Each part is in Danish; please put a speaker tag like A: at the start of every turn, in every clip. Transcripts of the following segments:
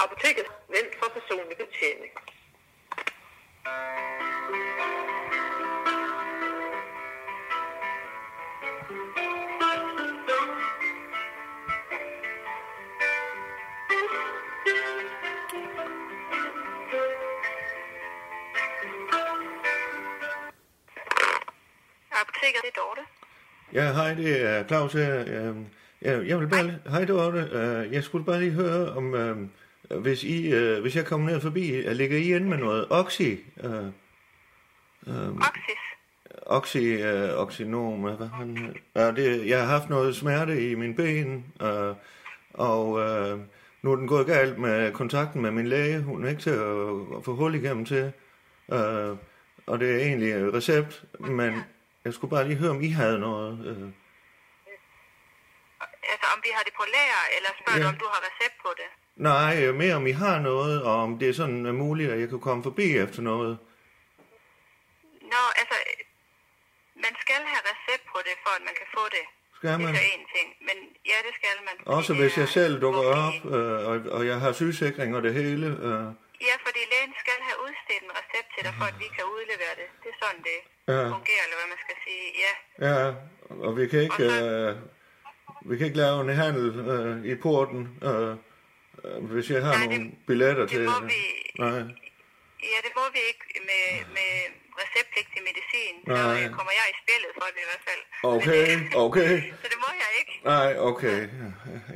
A: Apoteket. Vælg for personlig betjening. Apoteket, det er Dorte.
B: Ja, hej, det er Claus her. Øhm, Ja, jeg vil bare lige... Hej, Dorte. Øh, Jeg skulle bare lige høre om... øhm, Hvis, I, øh, hvis jeg kommer ned forbi, øh, ligger I inde med noget oxy? Øh,
A: Oxys.
B: oxy, øh, oxynom, øh, hvad han hedder? Ja, det, jeg har haft noget smerte i min ben, øh, og øh, nu er den gået galt med kontakten med min læge. Hun er ikke til at, at få hul igennem til, øh, og det er egentlig øh, recept, men jeg skulle bare lige høre, om I havde noget... Øh,
A: Altså, om vi har det på lager, eller spørger
B: Ja.
A: du, om du har recept på det?
B: Nej, øh, mere om I har noget, og om det er sådan øh, muligt, at jeg kan komme forbi efter noget.
A: Nå, altså, øh, man skal have recept på det, for at man kan få det.
B: Skal
A: Det
B: man?
A: er så én ting, men ja, det skal man. fordi
B: Også
A: det
B: hvis
A: er
B: jeg selv dukker
A: offentlig.
B: op, øh, og, og jeg har sygesikring og det hele. Øh,
A: Ja, fordi lægen skal have udstedt en recept til dig, for at vi kan udlevere det. Det er sådan, det
B: Ja.
A: fungerer, eller hvad man skal sige. Ja,
B: ja, og vi kan ikke, øh, vi kan ikke lave en handel øh, i porten, øh, øh, hvis jeg har
A: Nej, det-
B: nogle billetter
A: det
B: til
A: må vi-
B: Nej,
A: ja det må vi ikke med, med receptpligtig medicin. Så
B: Nej.
A: øh, kommer jeg i spillet for det i hvert fald.
B: Okay,
A: Men, øh,
B: okay.
A: Så det må jeg ikke.
B: nej, okay.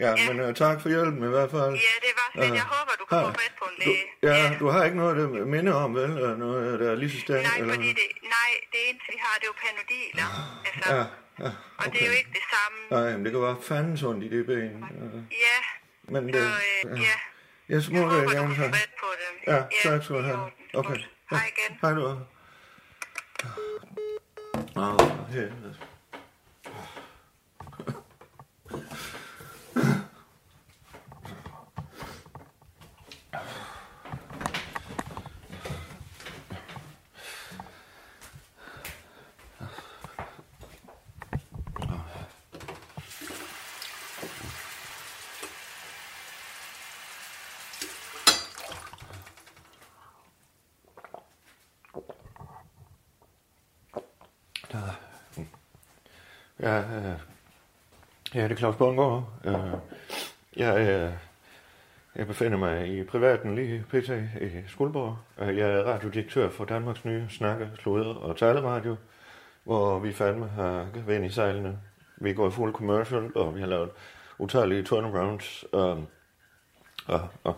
B: Ja, men øh, tak for hjælpen i hvert fald.
A: Ja, det var fedt.
B: Øh,
A: Jeg håber, du kan få
B: har-
A: fat på en
B: Du,
A: læge.
B: ja, du har ikke noget, der minder om, vel? Øh, Noget, der er lige så stærkt?
A: Nej,
B: eller?
A: fordi det, nej, det eneste vi har, det er jo panodiler. Altså,
B: Ja,
A: ja,
B: ja, okay.
A: Og det er jo ikke det samme.
B: Nej, men det kan være fandens ondt i det ben. Øh,
A: Ja,
B: Men det,
A: så øh, ja.
B: jeg
A: Jeg
B: smutter
A: håber, du
B: igen
A: kan
B: så.
A: få fat på det.
B: Ja, tak skal du
A: det er
B: have.
A: i orden.
B: Okay.
A: Godt.
B: Ja.
A: Hej igen.
B: Hej du. Åh, for helvede. Ja, øh, ja, det er Claus Bundgaard. Øh, jeg, øh, jeg befinder mig i privaten lige pt. i Skuldborg. Øh, Jeg er radiodirektør for Danmarks nye snakke, sludre og taleradio, hvor vi fandme har vind i sejlene. Vi går i fuld commercial, og vi har lavet utallige turnarounds. Øh, og, og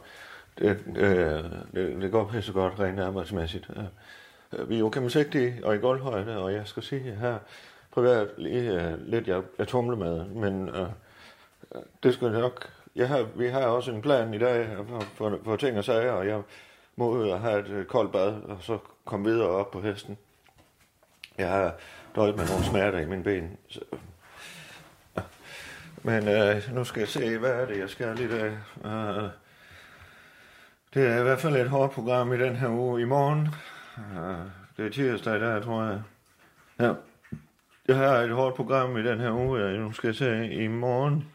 B: det, øh, det, det går pisse godt rent arbejdsmæssigt. Øh, Øh, vi er jo gennemsigtige og i gulvhøjde, og jeg skal sige her privat lige øh, lidt, jeg, jeg tumler med, men øh, øh, det skal nok. Jeg har, vi har også en plan i dag øh, for, for, for ting og sager, og jeg må ud og have et øh, koldt bad, og så komme videre op på hesten. Jeg har døjet med nogle smerter i mine ben. Så. Men øh, nu skal jeg se, hvad er det, jeg skal lige dag? Øh, det er i hvert fald et hårdt program i den her uge. I morgen Ja, det er tirsdag i dag, tror jeg. Ja. Jeg har et hårdt program i den her uge. Jeg nu skal jeg se i morgen.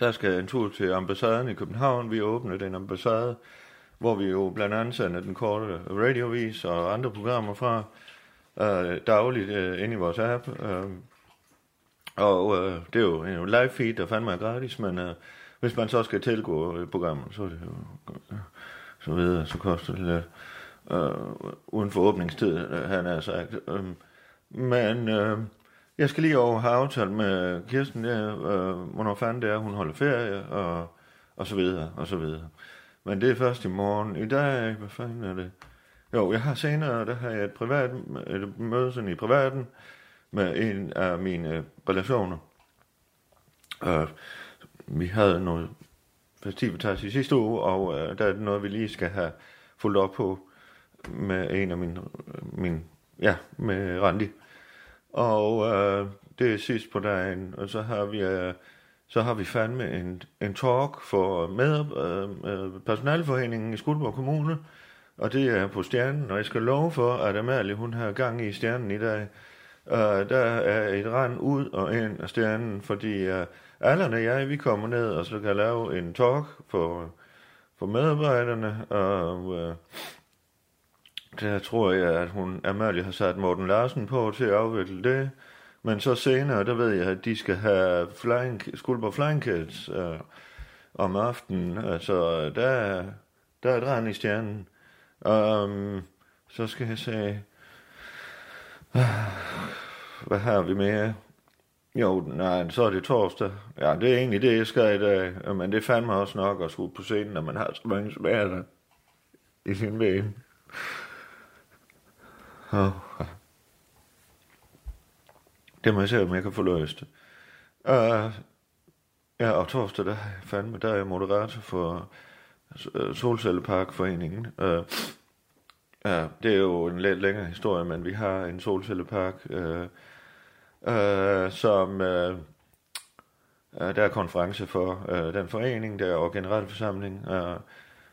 B: Der skal jeg en tur til ambassaden i København. Vi åbner den ambassade, hvor vi jo blandt andet sender den korte radiovis og andre programmer fra øh, dagligt øh, ind i vores app. Øh, og øh, det er jo en live feed, der fandme er gratis, men øh, hvis man så skal tilgå øh, programmet, så er det jo øh, så videre, så koster det lidt øh, uden for åbningstid, øh, han har sagt. Øh, men øh, jeg skal lige over have aftalt med Kirsten der, øh, hvornår fanden det er, hun holder ferie, og, og så videre, og så videre. Men det er først i morgen. I dag, hvad fanden er det? Jo, jeg har senere, der har jeg et, privat, et møde sådan i privaten, med en af mine relationer. Øh, vi havde noget festivitas i sidste uge, og øh, der er noget, vi lige skal have fulgt op på med en af mine, min, ja, med Randi. Og øh, det er sidst på dagen, og så har vi, øh, så har vi fandme en, en talk for med, øh, øh, personalforeningen i Skuldborg Kommune, og det er på stjernen, og jeg skal love for, at Amalie, hun har gang i stjernen i dag. Øh, der er et rand ud og ind af stjernen, fordi øh, Allan og jeg, vi kommer ned og så kan lave en talk for, for medarbejderne, og øh, der tror jeg, at hun, Amalie har sat Morten Larsen på til at afvikle det. Men så senere, der ved jeg, at de skal have flying, Skuldborg Flying Kids øh, om aftenen. Altså, der, er- der er et rand i stjernen. Um, så skal jeg se... Hvad har vi mere? Jo, nej, så er det torsdag. Ja, det er egentlig det, jeg skal i dag. Men det fandt mig også nok at skulle på scenen, når man har så mange smerter i sin ben. Åh. Det må jeg se, om jeg kan få løst. Uh, ja, og torsdag, der, har jeg fandme, der er jeg moderator for øh, Solcelleparkforeningen. Uh, ja, det er jo en lidt længere historie, men vi har en solcellepark, uh, uh, som uh, der er konference for uh, den forening, der er jo generalforsamling, uh,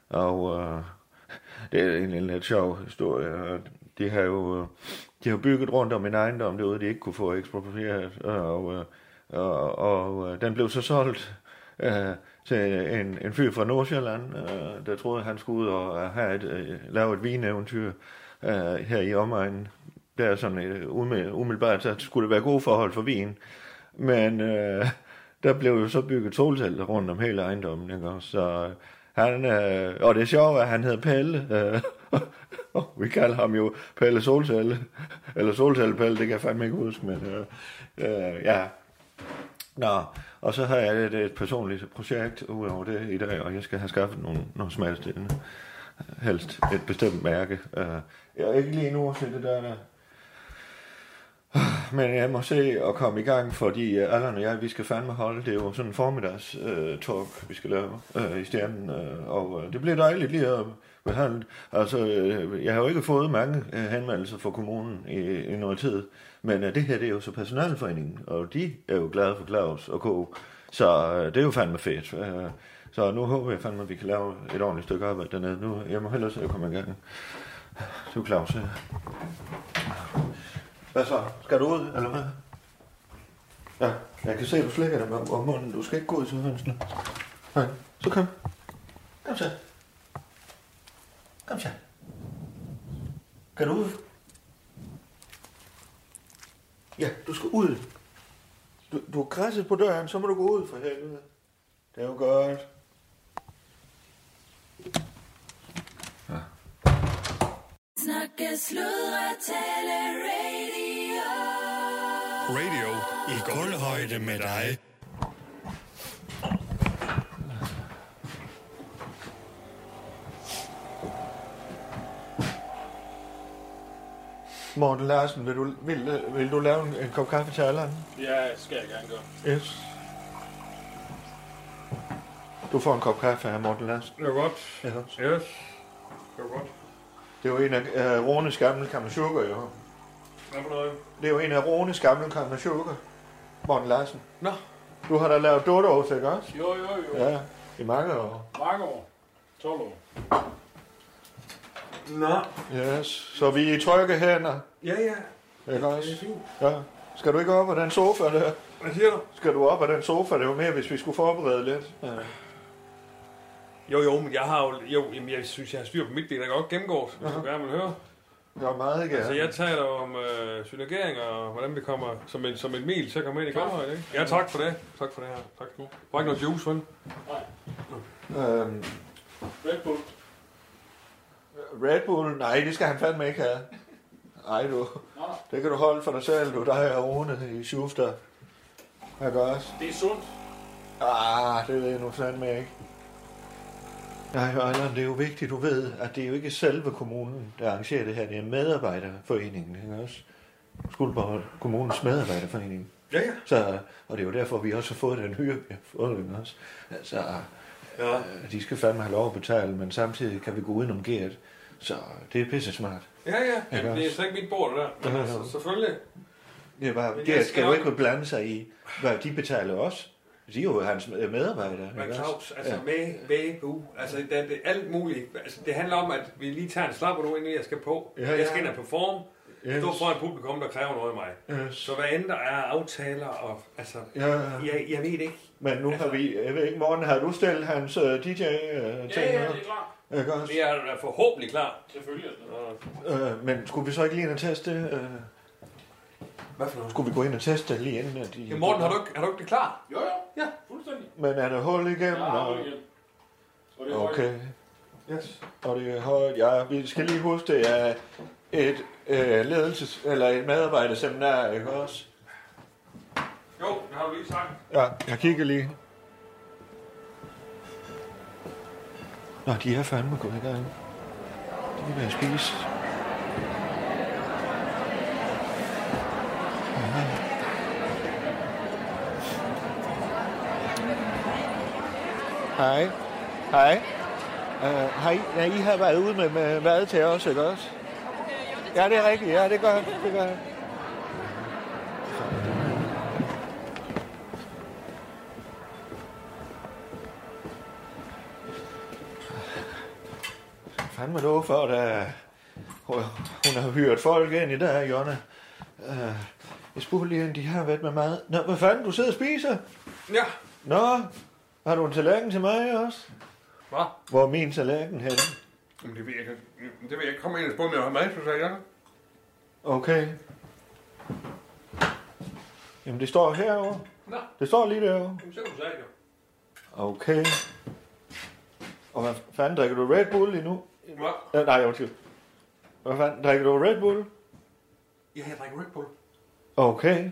B: og uh, det er egentlig en lidt sjov historie. og De har jo øh, de har bygget rundt om en ejendom derude, de ikke kunne få eksproprieret, og, øh, og, og øh, den blev så solgt øh, til en, en fyr fra Nordsjælland, øh, der troede, han skulle ud og øh, have et, øh, lave et vineventyr øh, her i omegnen. Der er sådan øh, umiddel- umiddelbart, så skulle det være gode forhold for vin, men øh, der blev jo så bygget solceller rundt om hele ejendommen, ikke? også? så øh, han, øh, og det er sjovt, at han hed Pelle. Øh, og vi kalder ham jo Pelle Solcelle. Eller Solcelle Pelle, det kan jeg fandme ikke huske, men øh, øh, ja. Nå, og så har jeg et, et personligt projekt udover det i dag, og jeg skal have skaffet nogle, nogle smalstillende. Helst et bestemt mærke. Øh, jeg er ikke lige nu til det der, der men jeg må se at komme i gang, fordi øh, Allan og jeg, vi skal fandme holde, det er jo sådan en formiddags øh, talk, vi skal lave øh, i stjernen, øh, og øh, det bliver dejligt lige at behandle. Altså, øh, jeg har jo ikke fået mange øh, henvendelser fra kommunen i, i noget tid, men øh, det her, det er jo så personalforeningen, og de er jo glade for Claus og K., så øh, det er jo fandme fedt. Øh, så nu håber jeg fandme, at vi kan lave et ordentligt stykke arbejde dernede. Nu, jeg må hellere se at komme i gang. Du Claus øh. her. Hvad så? Skal du ud, eller hvad? Ja, jeg kan se, at du slikker dig med om munden. Du skal ikke gå ud til hønsene. Nej, så kom. Kom så. Kom så. Kan du ud? Ja, du skal ud. Du, du har krasset på døren, så må du gå ud for helvede. Det er jo godt.
C: Snakke, sludre, tale, radio.
D: Radio i guldhøjde med dig.
B: Morten Larsen, vil du, vil, vil du lave en, en kop kaffe til Allan?
E: Ja, det skal jeg gerne gøre.
B: Yes. Du får en kop kaffe her, Morten Larsen.
E: Det er godt.
B: Ja.
E: Yes. Det er godt.
B: Det er jo en af øh, Rones gamle kammerchukker, jo.
E: Hvad for noget?
B: Det er jo en af Rones gamle kammerchukker, Morten Larsen.
E: Nå.
B: Du har da lavet dodo ikke også?
E: Jo, jo, jo. Ja.
B: Ja, i mange år.
E: Mange år. 12 år. Nå.
B: Yes. Så vi er i trygge hænder,
E: Ja, ja.
B: ikke
E: Det er
B: også?
E: fint.
B: Ja. Skal du ikke op af den sofa der?
E: Hvad siger du?
B: Skal du op af den sofa? Det var mere, hvis vi skulle forberede lidt. Ja.
F: Jo, jo, men jeg har jo, jo jamen, jeg synes, jeg har styr på mit del, der godt gennemgås, hvis du gerne vil høre.
B: Jeg er meget
F: Ja. Så
B: gerne.
F: Altså, jeg taler om øh, synergering og hvordan vi kommer som en, som en mil til at komme ind i kammerhøjde, ikke? Ja, tak for det. Tak for det her. Tak. Du har ikke noget juice, vel?
B: Øhm,
E: Red Bull.
B: Red Bull? Nej, det skal han fandme ikke have. Ej du,
E: Nå,
B: det kan du holde for dig selv, du. Der er Rune i Schufter. Ikke også?
E: det er sundt.
B: Ah, det ved jeg nu fandme ikke. Nej, Ejland, det er jo vigtigt, du ved, at det er jo ikke selve kommunen, der arrangerer det her. Det er medarbejderforeningen, ikke også? Skuldborg Kommunens medarbejderforening.
F: Ja, ja.
B: Så, og det er jo derfor, vi også har fået den hyre, vi har fået den også. Altså,
F: Ja.
B: øh, de skal fandme have lov at betale, men samtidig kan vi gå udenom gæret. Så det er pisse smart.
F: Ja, ja.
B: Ikke
F: Jamen, det er slet ikke mit bord, det der.
B: Ja,
F: Men
B: ja.
F: altså, selvfølgelig.
B: Det er bare,
F: Men
B: Gert
F: jeg
B: skal
F: skal
B: jo
F: nok-
B: ikke blande sig i, hvad de betaler os. De er jo hans øh, medarbejdere.
F: Men
B: ikke også?
F: Claus, altså
B: Ja.
F: med, med, bu, altså det, det er alt muligt. Altså, det handler om, at vi lige tager en slapper nu, inden jeg skal på.
B: Ja, ja.
F: Jeg skal ind og performe.
B: Yes.
F: Stå foran publikum, der kræver noget af mig.
B: Yes.
F: Så hvad end der er af aftaler og... Altså,
B: Ja, ja.
F: jeg, jeg ved det ikke.
B: Men nu har vi, jeg ved ikke, morgen har du stillet hans uh, DJ-ting? Uh,
E: Ja, ja, det er klart.
B: Ikke også?
F: Det er da forhåbentlig klar.
E: Selvfølgelig.
B: Øh, men skulle vi så ikke lige ind og teste? Øh,
F: Hvad for noget?
B: skulle vi gå ind og teste lige inden? At de...
F: Ja, Morten, har du ikke, har du ikke det klar?
E: Jo, jo.
F: Ja.
E: Fuldstændig.
B: Men er der hul igennem?
E: Jeg har
B: og-
E: det igen. Og det er højt.
B: Okay.
F: Yes.
B: Og det er højt. Ja, vi skal lige huske, det er et øh, ledelses- eller et medarbejderseminar, ikke også?
F: Jo, det har du lige sagt.
B: Ja, jeg kigger lige. Nå, de er fandme gået i gang. De er ved at spise. Hej. Hej. Uh, hej. Ja, I har været ude med, med mad til os, ikke også? Ja, det er rigtigt. Ja, det gør jeg. Det gør jeg. fandme lov for, at uh, hun har hyret folk ind i det her, Jonna. Uh, jeg spurgte lige, om de har været med mad. Nå, hvad fanden, du sidder og spiser?
F: Ja.
B: Nå, har du en tallerken til mig også?
F: Hvad?
B: Hvor er min tallerken henne?
F: Jamen, det ved jeg ikke. Det ved jeg ikke. Kom ind og spurgte, om jeg har mad, så sagde jeg.
B: Okay. Jamen, det står herovre.
F: Nå,
B: Det står lige derovre.
F: jamen, så kan du sige det.
B: Okay. Og hvad fanden, drikker du Red Bull lige nu?
F: Hvad?
B: Ja, nej, undskyld. Hvad fanden, drikker du Red Bull?
F: Ja, jeg drikker Red Bull.
B: Okay.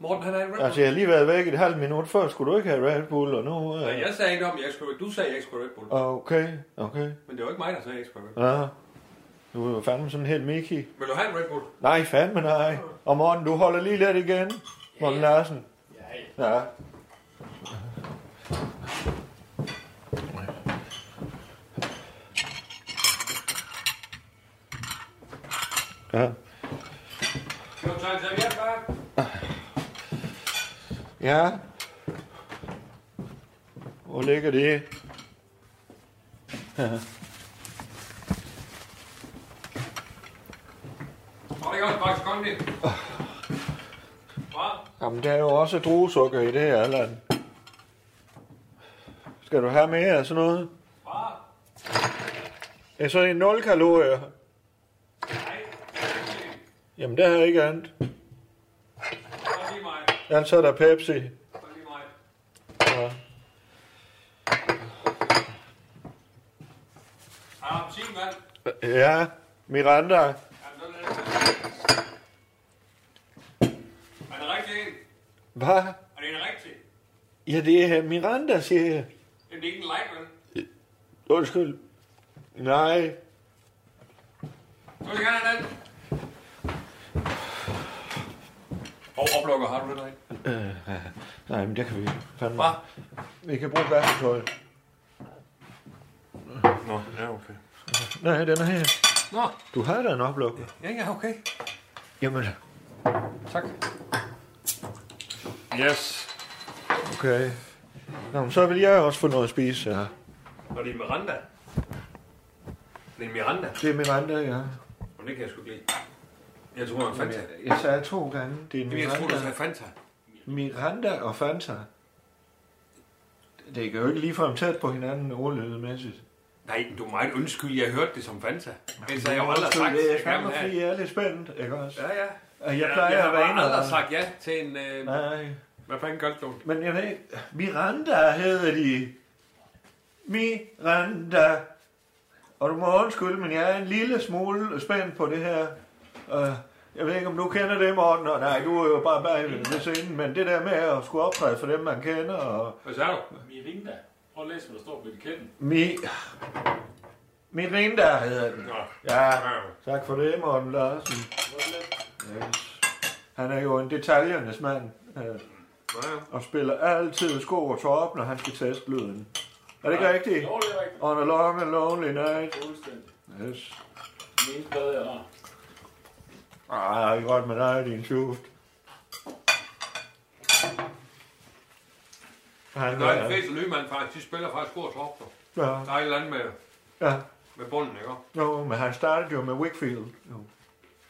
F: Morten, han er en Red Bull.
B: Altså, jeg har lige været væk et halvt minut før. Skulle du ikke have Red Bull, og nu... Øh...
F: Nej, jeg sagde ikke om, jeg skulle... Du sagde, jeg ikke skulle Red Bull.
B: Okay, okay.
F: Men det var ikke mig, der sagde, jeg ikke skulle Red Bull.
B: Ja. Du er jo fandme sådan helt Mickey.
F: Vil du have en Red Bull?
B: Nej, fandme nej. Og morgen, du holder lige lidt igen. Morten Larsen.
E: Ja, ja.
B: Ja. Ja.
F: Skal du tage en serviet, far?
B: Ja. Hvor ligger det?
F: Har det godt, faktisk godt lidt. Hvad?
B: Jamen, der er jo også druesukker i det her land. Skal du have mere af sådan noget?
F: Hvad?
B: Ja, så er det 0 kalorier.
F: Nej.
B: Jamen, der er ikke andet.
F: Bare lige mig.
B: Ja, så er der Pepsi.
F: Bare lige mig.
B: Ja.
F: Har du appelsin, mand?
B: ja, Miranda.
F: Jamen, så lad det. Er det rigtig en?
B: Hvad?
F: Er det en rigtig?
B: Ja, det er Miranda, siger jeg.
F: Jamen, det er ikke en light, vel?
B: Undskyld. Nej.
F: Så vil jeg gerne have den. Og oplukker, har du det derinde?
B: Øh, Nej, men det kan vi ikke. Fandme.
F: Hvad?
B: Vi kan bruge vasketøj.
F: Nå, ja, okay.
B: Nej, den er her.
F: Nå,
B: Du har da en oplukker.
F: ja, ja, okay.
B: Jamen,
F: Tak. Yes.
B: okay. Nå, men så vil jeg også få noget at spise. Ja.
F: Og det er Miranda. Det er Miranda.
B: Det er Miranda, ja.
F: Og det kan jeg sgu ikke lide. Jeg tror, han Fanta. Jamen,
B: Jeg sagde to gange. Det er
F: jeg tror, du sagde
B: Miranda,
F: Fanta.
B: Miranda og Fanta. Det kan jo ikke ligefrem tæt på hinanden ordlydemæssigt.
F: Nej, men du er meget undskyld, jeg hørte det som Fanta. Ellers har jeg jo aldrig
B: Undskyld,
F: sagt,
B: det
F: at
B: er
F: jeg gerne
B: fandme
F: vil have.
B: fordi, jeg er lidt spændt, ikke også?
F: Ja, ja.
B: Og jeg
F: Ja,
B: plejer
F: jeg
B: at være
F: har
B: en
F: bare aldrig
B: af-
F: sagt ja til en... Øh,
B: Nej,
F: hvad fanden gør du?
B: men jeg ved ikke. Miranda hedder de. Miranda. Og du må undskylde, men jeg er en lille smule spændt på det her. Uh, jeg ved ikke, om du kender det, Morten. Og nej, du er jo bare bag ved scenen. Men det der med at skulle optræde for dem, man kender. Og
F: Hvad sagde du?
E: Mirinda. Prøv at læse, hvad der står på etiketten.
B: Mi... Miranda hedder den.
F: Nå.
B: Ja, tak for det, Morten Larsen.
E: Hvor er det let?
B: Yes. Han er jo en detaljernes mand, øh,
F: Ja, ja.
B: og spiller altid sko og tår op, når han skal teste lyden. Er det ikke rigtigt?
E: Jo, det er rigtigt.
B: On a long and lonely night.
E: Fuldstændig.
B: Yes.
E: Den eneste plade, jeg har.
B: Ej, det er Ah, godt med dig, din tjuft. Han,
F: Der er de
B: øh,
F: fleste lymand faktisk, de spiller faktisk god top. dog.
B: ja,
F: Der er et eller andet med,
B: ja.
F: med bunden, ikke? også?
B: Jo, men han startede jo med Wickfield. Jo.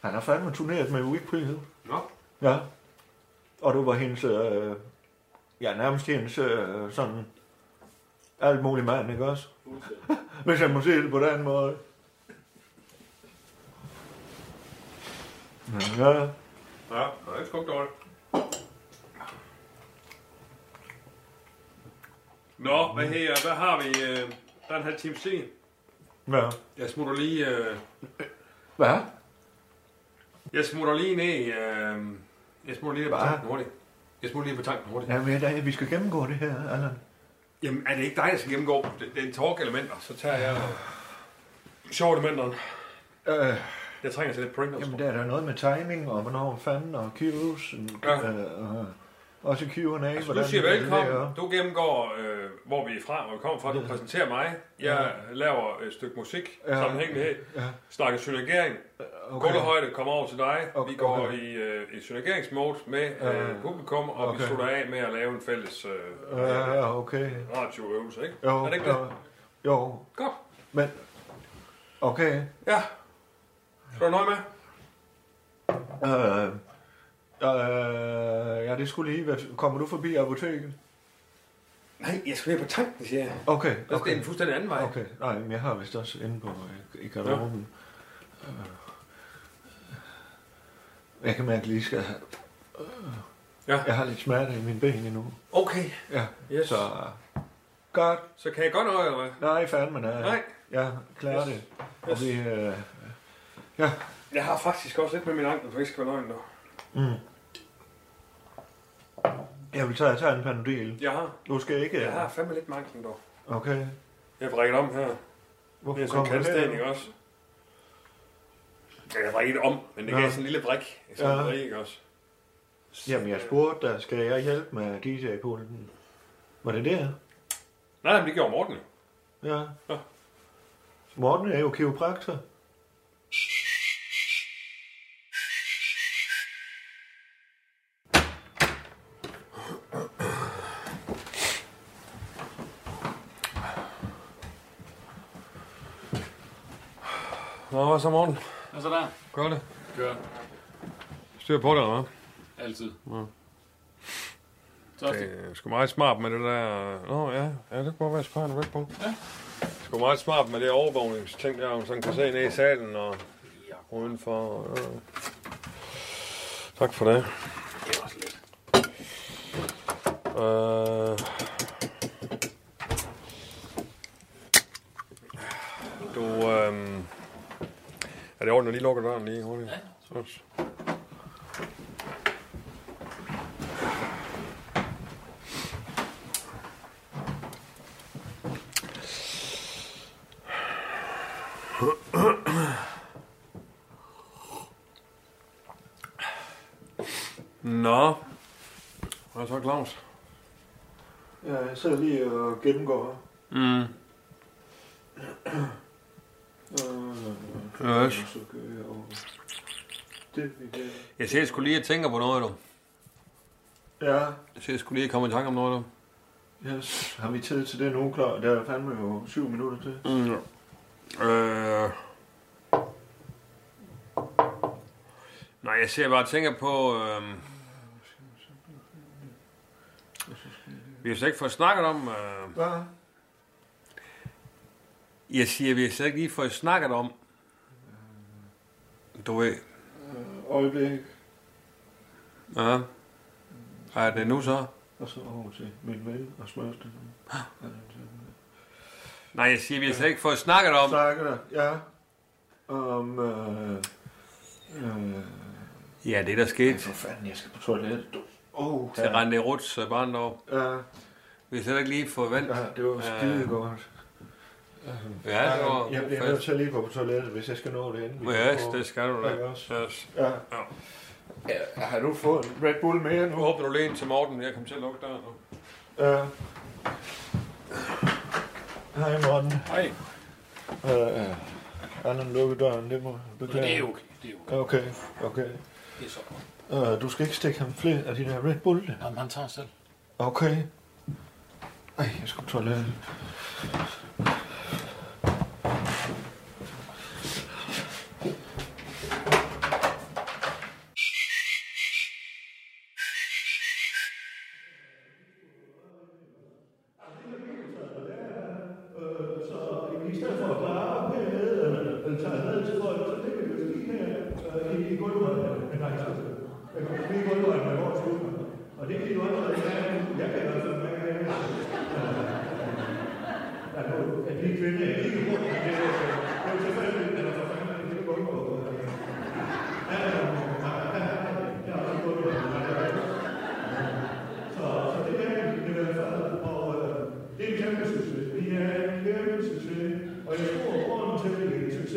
B: Han har fandme turneret med Wickfield.
F: Nå,
B: Ja. Og det var hendes, øh, ja, nærmest hendes øh, sådan alt muligt mand, ikke også?
E: Fuldstændig.
B: Hvis jeg må se det på den måde. Ja,
F: ja, det er ikke skugt dårligt. Nå, hvad her, hvad har vi? Øh, der er en halv time sen.
B: ja.
F: Jeg smutter lige, øh,
B: Hvad?
F: jeg smutter lige ned, øh, jeg smutter lige ned på
B: Hvad?
F: tanken hurtigt. Jeg smutter lige på tanken hurtigt.
B: Ja, men da, vi skal gennemgå det her, Allan.
F: Jamen, er det ikke dig, der skal gennemgå det, det er talk-elementer? Så tager jeg øh, sjov-elementerne.
B: Øh,
F: Jeg trænger til lidt Pringles.
B: jamen,
F: Jamen,
B: der er der noget med timing, og hvornår fanden, og Q's, og,
F: Ja.
B: øh, og også Q&A.
F: altså, du
B: hvordan
F: siger
B: det
F: velkommen.
B: er.
F: Du gennemgår, øh, hvor vi er fra, hvor vi kommer fra. Du præsenterer mig. Jeg laver et stykke musik
B: Ja.
F: sammenhængende
B: Ja.
F: Snakker synergering. Okay. Gulvhøjde kommer over til dig.
B: Okay.
F: Vi går i, øh, i synergeringsmode med
B: Ja.
F: øh, publikum, og
B: Okay.
F: vi slutter af med at lave en fælles øh,
B: Ja, okay.
F: radioøvelse, ikke?
B: Jo,
F: er det ikke det?
B: jo, jo,
F: Godt.
B: men... Okay.
F: Ja. Skal du nøje med?
B: Øh, øh, ja, det skulle lige være... Kommer du forbi apoteket?
F: Nej, jeg skal være på tanken, siger jeg.
B: Okay,
F: Okay. Det er
B: okay.
F: en fuldstændig anden vej.
B: Okay, nej, men jeg har vist også inde på øh, i garderoben. Øh, Jeg kan mærke, at jeg lige skal... have- øh,
F: Ja.
B: Jeg har lidt smerte i mine ben endnu.
F: Okay.
B: Ja,
F: Yes.
B: så... Godt.
F: Så kan jeg godt nøje med.
B: Nej, fandme nej.
F: Nej.
B: Jeg klarer
F: Yes.
B: det. Og vi... Øh, ja.
F: Jeg har faktisk også lidt med min ankel, for jeg skal være nøgen nu.
B: Mm. Jeg vil tage, tage en panodil.
F: Jeg har.
B: Du skal ikke...
F: Jeg har fandme lidt med anklen dog.
B: Okay.
F: Jeg brækker om her.
B: Hvorfor
F: Det er sådan en
B: kommer
F: kaldsten,
B: her?
F: ikke også? Ja, Jeg brækker det om, men det gav
B: Ja.
F: sådan en lille brik. Sådan
B: Ja.
F: en brik, ikke også? Så-
B: Jamen, jeg spurgte dig, skal jeg hjælpe med DJ-pulten? Var det der?
F: Nej, men det gjorde Morten jo.
B: Ja.
F: Ja.
B: Morten er jo kiropraktor.
F: Nå, hvad så Morten?
E: Og så der.
F: Gør det.
E: Kør.
F: Styr på det, eller
E: Altid. Ja. Tørstig.
F: Det er sgu meget smart med det der... Nå ja, ja det kunne godt være smart at på. Ja. Det er sgu meget smart med det overvågningsting der, om sådan kan se ned i salen og udenfor. Og, ja. Tak for det.
E: Det er også lidt.
F: Øh... Du, øh... Er det ordentligt, at lige lukker døren lige hurtigt? Ja. Så. Nå, hvad så, Claus?
B: Ja, jeg sidder lige og gennemgår.
F: Mm.
B: Øh,
F: Yes.
B: så gør jeg over. Det vi kan.
F: Jeg ser sgu lige, at tænker på noget, du.
B: Ja,
F: Jeg ser sgu lige, at komme i tanke om noget, du.
B: yes. Har vi tid til det nu, klar? Der er fandme jo syv minutter til.
F: Mm. Øh. Nej, jeg ser bare og tænker på... Øh... Vi har slet ikke fået snakket om... Øh...
B: Ja.
F: Jeg siger, vi har slet ikke lige fået snakket om... Du ved...
B: Øjeblik.
F: Ja. Er det nu så?
B: Og så over til min ven og smørste.
F: Nej, jeg siger, vi har slet ikke fået snakket om...
B: Snakker der, ja. Om, øh, øh,
F: Ja, det der skete
B: for fanden, jeg skal på toilettet. du. Åh, oh,
F: til Rande Ruts øh, barndom.
B: Ja,
F: Vi har slet ikke lige fået vendt.
B: ja, det var skide godt.
F: Ja, det var...
B: Jeg bliver nødt til at lige gå på toilettet, hvis jeg skal nå det inden. vi
F: Ja,
B: går.
F: det skal du da.
B: Jeg også.
F: Yes.
B: Ja. ja. Har du fået en Red Bull mere
F: Nu
B: nu?
F: håber du lige ind til Morten, jeg kommer til at lukke døren nu.
B: Ja. Hej Morten.
E: Hej.
B: Øh, øh, Allan lukker døren, det må du
E: Men det er okay. Det er okay.
B: Okay, okay.
E: Det er så godt.
B: Øh, du skal ikke stikke ham flere af de der Red Bull. der.
E: Jamen, han tager selv.
B: Okay. Ej, jeg skal på toilettet.
G: altså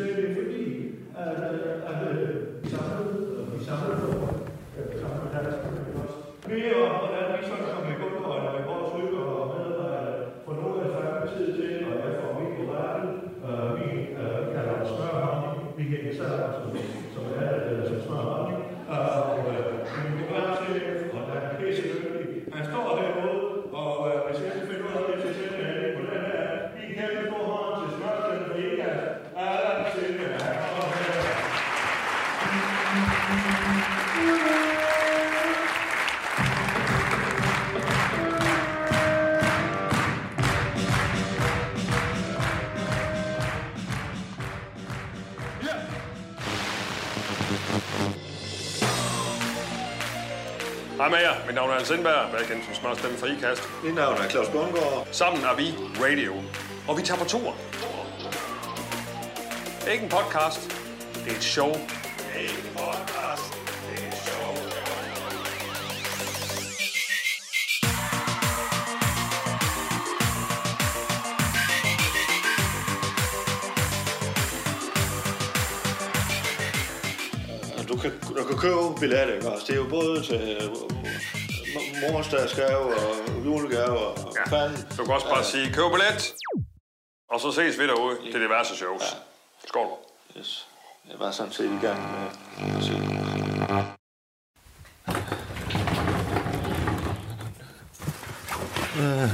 G: øh, øh, øh, øh, altså øh, Hej med jer. Mit navn er Hans Sindberg. Velkommen som smørstemme fra IKAST.
B: Mit navn er Claus Bundgaard.
G: Sammen er vi Radio. Og vi tager på tur. Ikke en podcast. Det er et show. Ikke en podcast. Det er et show.
B: Og Du kan, du kan købe billetter, ikke også? Det er jo både til øh, m- morsdagsgave og julegave og ja. fanden.
G: Du kan også bare sige, køb billet. Og så ses vi derude til diverse shows. Skål.
B: Yes. Jeg var sådan set i gang med at se. Øh,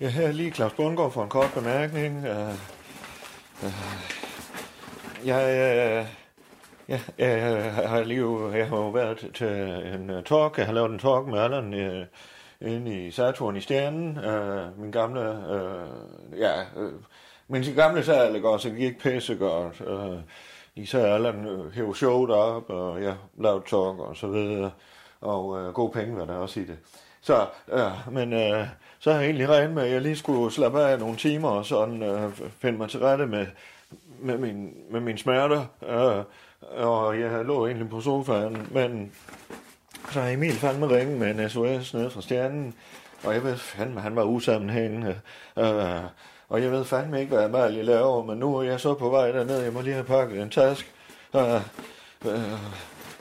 B: Ja, her er lige Claus Bundgaard for en kort bemærkning. Øh, øh, Jeg, øh, ja, jeg har lige jo- jeg har jo været til en øh, talk. Jeg har lavet en talk med Allan øh, inde i Saturn i Stjernen. Øh, Min gamle, øh, ja, øh, men sin gamle sal, ikke også? Det gik pisse godt. Øh, Især Allan øh, hævde showet op, og jeg lavede talk og så videre. Og øh, gode penge var der også i det. Så, øh, men øh, så har jeg egentlig regnet med, at jeg lige skulle slappe af nogle timer og sådan øh, finde mig til rette med, med, min, med mine smerter. Øh, og jeg lå egentlig på sofaen, men så har Emil fandme ringet med en SOS nede fra stjernen, og jeg ved fandme, han var usammenhængende. Øh, og jeg ved fandme ikke, hvad Amalie laver, men nu er jeg så på vej derned, jeg må lige have pakket en task. Øh, øh,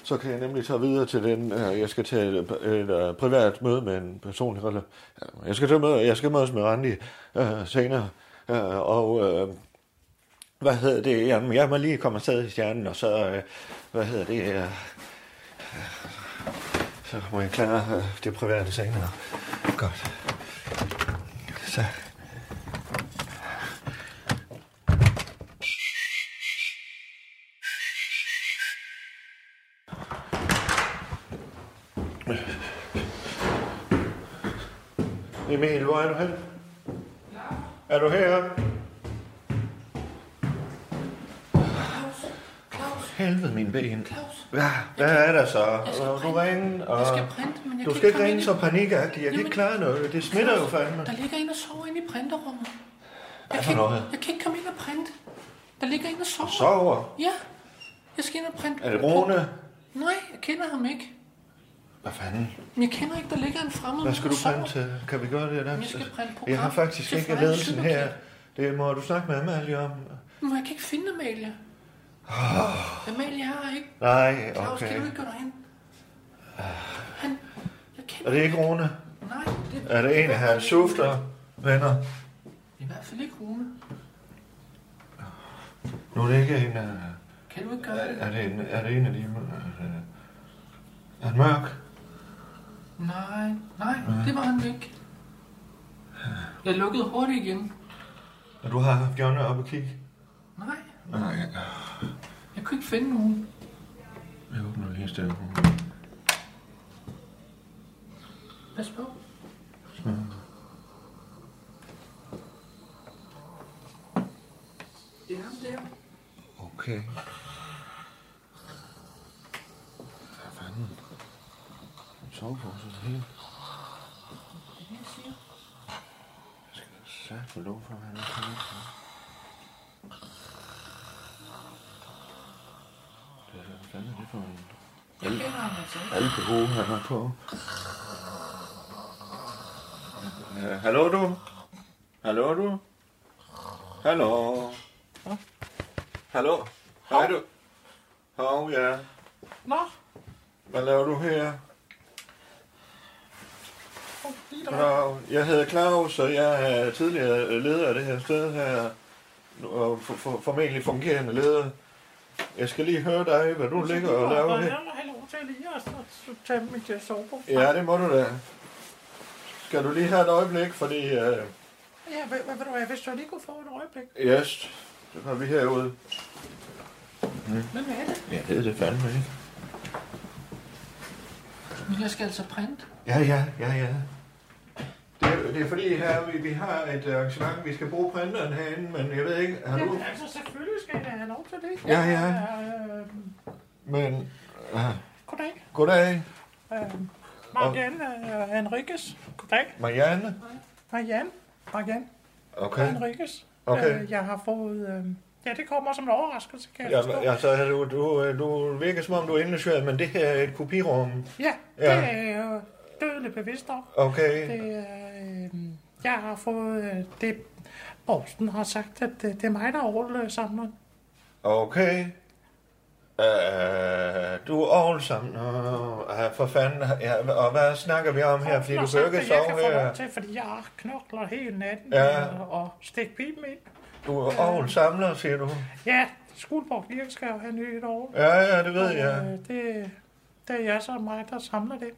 B: så kan jeg nemlig tage videre til den, øh, jeg skal til et, et, øh, privat møde med en personlig rela- Øh, Jeg skal til møde, jeg skal mødes med Randi øh, senere, øh, og... Øh, hvad hedder det? Jamen, jeg må lige komme afsted i stjernen, og så, øh, hvad hedder det, øh, så må jeg klare øh, det private senere. Godt. Så. Emil, hvor er du hen? Er du her? Helvede min ben.
H: Claus,
B: Hvad, hvad er der så?
H: Jeg skal
B: Må Du
H: printe.
B: ringe, og...
H: jeg skal printe, men jeg
B: Du
H: kan
B: skal ikke
H: komme
B: ringe
H: ind
B: så
H: i-
B: panikagtigt. Jeg kan ikke
H: Jamen,
B: klare noget. Det smitter jo
H: Claus,
B: fandme.
H: Der ligger en og sover inde i printerrummet.
B: Hvad
H: Jeg
B: for
H: kan,
B: noget?
H: ikke, jeg kan ikke komme ind og printe. Der ligger en og sover.
B: Sover.
H: Ja, jeg skal ind og printe.
B: Er det Rune?
H: Nej, jeg kender ham ikke.
B: Hvad fanden?
H: Men jeg kender ikke, der ligger en fremmed.
B: Hvad skal
H: og
B: du
H: sover.
B: printe til? Kan vi gøre det der?
H: Jeg skal printe program
B: Jeg har faktisk
H: til
B: ikke
H: Freja
B: ledelsen her.
H: Sydbuket.
B: Det må du snakke med Amalie om.
H: Men jeg kan ikke finde Amalie. Amalie er her ikke.
B: Nej,
H: Claus,
B: Ah. okay.
H: kan du ikke gå derhen? Han, jeg kender
B: Er det ikke Rune?
H: Nej, det
B: Er det en af hans sufter venner?
H: det er i hvert fald ikke Rune.
B: Nu er det ikke en af...
H: Kan du ikke gøre det?
B: Er det en, er det en af de... øh, Er han mørk?
H: Nej, nej, det var han ikke. Jeg lukkede hurtigt igen.
B: Og du har haft Jonne op og kigge?
H: Nej,
B: Nej,
H: jeg kunne ikke finde nogen.
B: jeg åbner lige stedet.
H: Pas på. Det er ham der.
B: Okay. Hvad fanden? Sovepose og det hele.
H: Jeg siger,
B: Jeg skal da sagt for lov for, at han ikke kan lide det. Det er- Hvad fanden er det for en
H: Jeg kender ham altså ikke.
B: alkohol, han har på? Øh, Hallo du? Hallo du? Hallo? Hallo? Hej du? Hov, ja.
H: Nå,
B: Hvad laver du her?
H: lige der.
B: Goddag. Jeg hedder Claus, og jeg er tidligere leder af det her sted her. Nu- Og for, for, formentlig fungerende leder. Jeg skal lige høre dig, hvad du ligger og laver her.
H: Jeg må have lov til lige at tage mit øh, sovepose.
B: Ja, det må du da. Skal du lige have et øjeblik, fordi... Uh,
H: Ja, hvad, hvad, ved du hvad, hvis jeg lige kunne få et øjeblik.
B: yes, så kommer vi herude.
H: Hvem er det?
B: Jeg ved det fandme ikke.
H: Men jeg skal altså printe.
B: Ja, ja, ja, ja. Det er, det er fordi her, vi, vi har et arrangement, vi skal bruge printeren herinde, men jeg ved ikke, har du...
H: altså selvfølgelig skal jeg have lov til det.
B: Ja, ja.
H: Øh,
B: Men, uh,
H: goddag.
B: goddag,
H: Øh, Marianne øh, Henriques. Goddag.
B: Marianne.
H: Marianne. Marianne
B: Okay,
H: Henriques.
B: okay.
H: Øh, jeg har fået... Øh, ja, det kommer som en overraskelse, kan jeg
B: Ja,
H: forstå.
B: men, altså, du, du, øh, du virker som om, du er indløsjøret, men det her er et kopirum.
H: ja,
B: ja.
H: det er jeg jo dødelig bevidst om.
B: Okay.
H: Det er, øh, jeg har fået... Øh, det, Borgsen har sagt, at det, det er mig, der overlever sammen.
B: Okay. Uh, du er all sammen. Uh, for fanden. Ja, og hvad snakker vi om her? Fordi du kan jo ikke
H: jeg kan
B: sove
H: få lov
B: her.
H: til, fordi jeg knokler hele natten
B: Ja.
H: øh, og stik pipen ind.
B: Du er all samler, siger du.
H: Ja, Skuldborg Kirke skal jo have nyt år.
B: Ja, ja, det ved jeg.
H: Øh, det, det er jeg så mig, der samler det. Øh,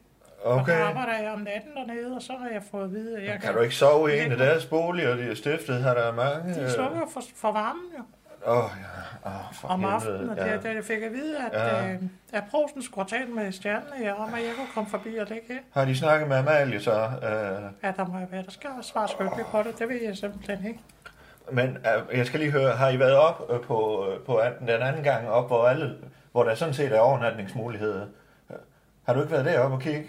H: Og så
B: Okay.
H: arbejder jeg om natten dernede, og så har jeg fået at vide, at jeg
B: Kan du ikke sove i en af deres boliger, de er stiftet? Har der er mange?
H: De slukker for, for varmen jo
B: Åh, ja. Åh, øh, for
H: om aftenen,
B: helvede.
H: og det,
B: Ja.
H: det fik jeg at vide, at,
B: Ja.
H: ja. øh, at Prosen skulle tale med stjernerne ja, om, at jeg kunne komme forbi og ligge her.
B: Har de snakket med Amalie så? Uh,
H: Ja, der må jeg være, der skal jeg svare skyldig på det, det ved jeg simpelthen ikke.
B: Men øh, jeg skal lige høre, har I været op øh, på, øh, på an- den anden gang op, hvor, alle, hvor der sådan set er overnatningsmuligheder? Øh, Har du ikke været deroppe og kigge?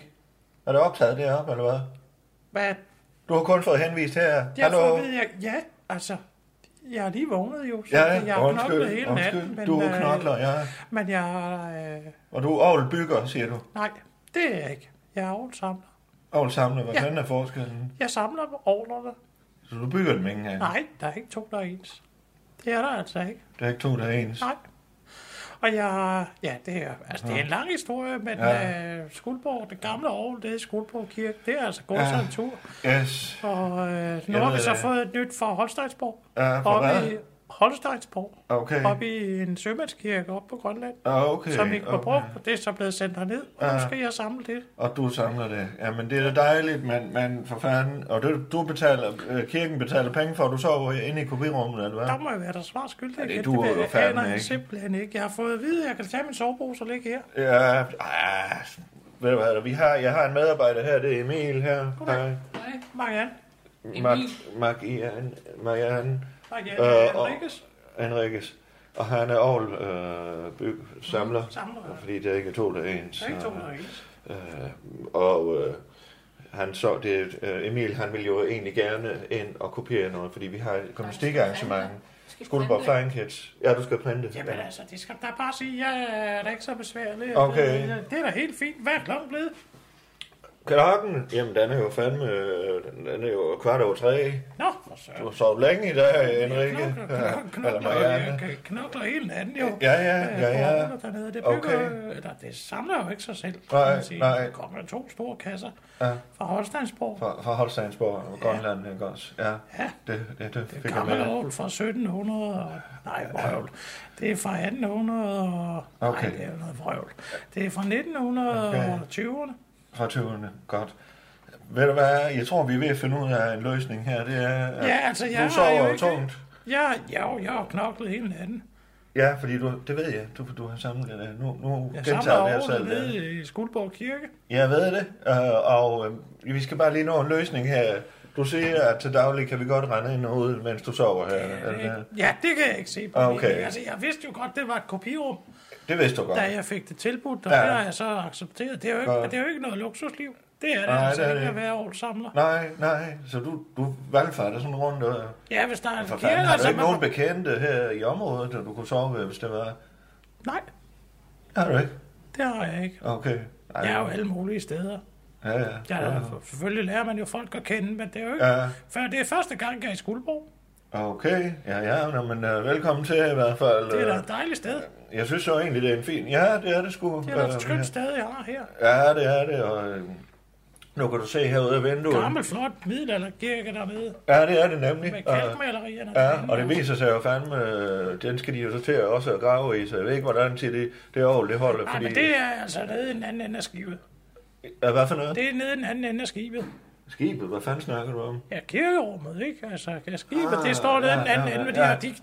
B: Er det optaget deroppe, eller hvad?
H: Hvad
B: Du har kun fået henvist her.
H: Jeg får at vide, jeg, ja, altså, jeg er lige vågnet jo, så
B: Ja,
H: jeg
B: ja,
H: har knoklet
B: undskyld,
H: hele natten.
B: undskyld. Du
H: øh,
B: knokler, ja.
H: Men jeg har, øh,
B: Og du er Aarhus bygger, siger du.
H: nej, det er jeg ikke. Jeg er ovlsamler.
B: Aarhus samler, hvad
H: Ja.
B: fanden er forskellen?
H: Jeg samler ovlerne.
B: Så du bygger dem ikke engang?
H: Nej, der er ikke to, der er ens. Det er der altså ikke.
B: Det er ikke to, der er ens.
H: Nej. Og jeg, ja, det er, altså, det er en lang historie, men
B: Ja.
H: ja. øh, Skuldborg, det gamle Aarhus, det er Skuldborg Kirke, det er altså gået
B: Ja.
H: ja. en tur.
B: Yes.
H: Og øh, nu
B: Jeg
H: har
B: ved
H: vi så
B: det.
H: fået et nyt fra Holsteinsborg.
B: Ja, fra
H: Oppe
B: hvad?
H: i Holsteinsborg.
B: Okay.
H: Oppe i en sømandskirke oppe på Grønland.
B: Ah, Okay,
H: som ikke var
B: okay.
H: brugt, og det er så blevet sendt herned, og
B: Ja.
H: nu skal jeg samle det.
B: Og du samler det. Jamen, det er da dejligt, men, men for fanden. Og du, du betaler, øh, kirken betaler penge for, at du sover inde i kopirummet, eller hvad?
H: Der må jeg være der svar skyldig.
B: det
H: igen.
B: duer
H: ved-
B: jo
H: jeg
B: fandme
H: aner jeg
B: ikke.
H: simpelthen ikke. Jeg har fået at vide, at jeg kan tage min sovepose og ligge her.
B: Ja, ah, ved du hvad, vi har, jeg har en medarbejder her, det er Emil her. Hej.
H: Nej, Marianne.
B: Mark, Mark Ian, Marianne
H: Marianne
B: Øh,
H: øh,
B: og-
H: Henriques.
B: Henrikkes. Og han er Aarhus øh, byg, samler,
H: Samler, ja.
B: fordi det er ikke to, der er ens.
H: Der er ikke to, der er
B: Og, øh,
H: ens.
B: og øh, han så, det, øh, Emil, han ville jo egentlig gerne ind og kopiere noget, fordi vi har et gymnastikarrangement. Skuldborg Flying Kids. Ja, du skal printe.
H: Jamen altså, det skal da bare sige, jeg er da ikke så besværlig.
B: Okay.
H: Det, det er da helt fint. Hvad er klokken blevet?
B: Klokken, jamen den er jo fandme, øh, den den er jo kvart over tre.
H: Nå, for søren.
B: Du har sovet længe i dag, Enrique.
H: knokler,
B: Ja,
H: knokler,
B: Eller
H: knokler,
B: Marianne.
H: ja, knokler hele natten jo.
B: Ja, ja,
H: Øh,
B: ja, ja.
H: forholder Dernede. Det
B: Okay.
H: bygger, okay. eller, det samler jo ikke sig selv, kan
B: Nej,
H: man sige.
B: nej.
H: Der kommer jo to store kasser
B: Ja.
H: fra Holsteinsborg.
B: Fra, fra Holsteinsborg og Grønland, ikke også? Ja, det, det, det fik jeg
H: Gammel
B: med.
H: ovl fra 1700, og, nej, vrøvl. Det er fra 1800, og,
B: Okay.
H: nej, det er jo noget vrøvl. Det er fra 1920'erne.
B: Fra 20'erne, godt. Ved du hvad, jeg tror, vi er ved at finde ud af en løsning her. Det er, at
H: Ja, altså, jeg
B: du
H: har jo
B: sover
H: ikke-
B: tungt.
H: Ja, ja, jeg har knoklet hele natten.
B: Ja, fordi du, det ved jeg, du, du har samlet det. der. Nu, nu
H: Jeg samler
B: gentager det her
H: over
B: selv.
H: nede
B: ja.
H: i Skuldborg Kirke.
B: Jeg ved det, øh, og øh, vi skal bare lige nå en løsning her. Du siger, at til daglig kan vi godt rende ind og ud, mens du sover her. øh, Ja, det,
H: Ja, det kan jeg ikke se på.
B: Ah,
H: min-
B: okay.
H: Altså, jeg vidste jo godt, det var et kopirum,
B: det vidste du godt.
H: da jeg fik det tilbudt, og
B: Ja.
H: ja. det har jeg så accepteret. Det er jo ikke,
B: Godt.
H: det er jo ikke noget luksusliv. Det er det,
B: Nej,
H: altså
B: det er
H: det ikke
B: det
H: at være årssamler.
B: Nej, nej, så du, du valgfarter sådan rundt. Og,
H: Ja, hvis der er en
B: for
H: kirke,
B: fanden, har du
H: altså,
B: ikke
H: man-
B: nogen bekendte her i området, der du kunne sove ved, hvis det var?
H: Nej,
B: Har du ikke?
H: det har jeg ikke.
B: Okay. Ej,
H: Jeg er jo alle mulige steder.
B: Ja, ja.
H: Ja,
B: ja.
H: ja. Selvfølgelig lærer man jo folk at kende, men det er jo ikke...
B: Ja.
H: Ja. For det er første gang, jeg er i Skuldborg.
B: Okay, ja, ja, nå, men uh, velkommen til i hvert fald.
H: Det er da
B: øh,
H: et dejligt sted.
B: jeg synes så egentlig, det er en fin... Ja, det er det sgu.
H: Det er da
B: Øh,
H: et skønt sted, jeg har her.
B: Ja, det er det, og øh, nu kan du se herude af vinduet.
H: Gammel, flot middelalderkirke dernede.
B: Ja, det er det nemlig.
H: Med
B: Og-
H: kalkmalerierne.
B: Ja,
H: derinde.
B: og det viser sig jo fandme, øh, den skal de jo så til at også at grave i, så jeg ved ikke, hvordan til det, det år, det holder.
H: Nej, men det er altså nede i den anden ende af skibet.
B: Ja, hvad for noget? Det...
H: Det er nede i den anden ende af skibet.
B: Skibet, hvad fanden snakker du om?
H: Ja, kirkerummet, ikke? Altså, ja, skibet,
B: Ah,
H: det står nede i den
B: ja,
H: anden
B: ja,
H: ende, men de,
B: ja.
H: har, de,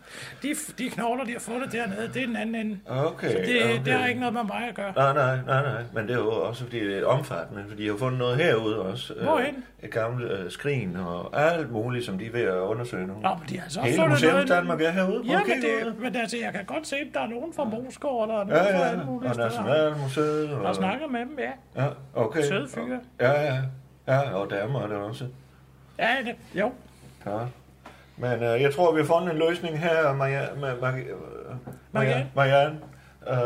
H: de, de knogler, de har fundet dernede, det er den anden ende.
B: Okay,
H: Så det,
B: okay.
H: det har ikke noget med mig at gøre.
B: Nej, nej, nej, nej. Men det er jo også, fordi det er omfattende, fordi jeg har fundet noget herude også. øh,
H: Hvorhen?
B: Et gammelt øh, skrin og alt muligt, som de er ved at undersøge nu.
H: Nå, men de har så
B: Hele
H: fundet
B: museum
H: noget-
B: Danmark er herude.
H: Ja,
B: Okay,
H: men, det,
B: herude.
H: men altså, jeg kan godt se, at der er nogen fra Moskov, og der er nogen
B: Ja,
H: fra
B: ja,
H: alle mulige
B: og
H: steder.
B: Nationalmuseet. Og,
H: Og snakker med dem, ja.
B: Ja, okay.
H: Søde fyre.
B: Ja, ja. Ja, og damer er der også.
H: Ja, det, jo.
B: Ja. Men øh, jeg tror, vi har fundet en løsning her, Marianne. Ma- Ma- øh, Marianne.
H: Marianne.
B: Marianne. Øh,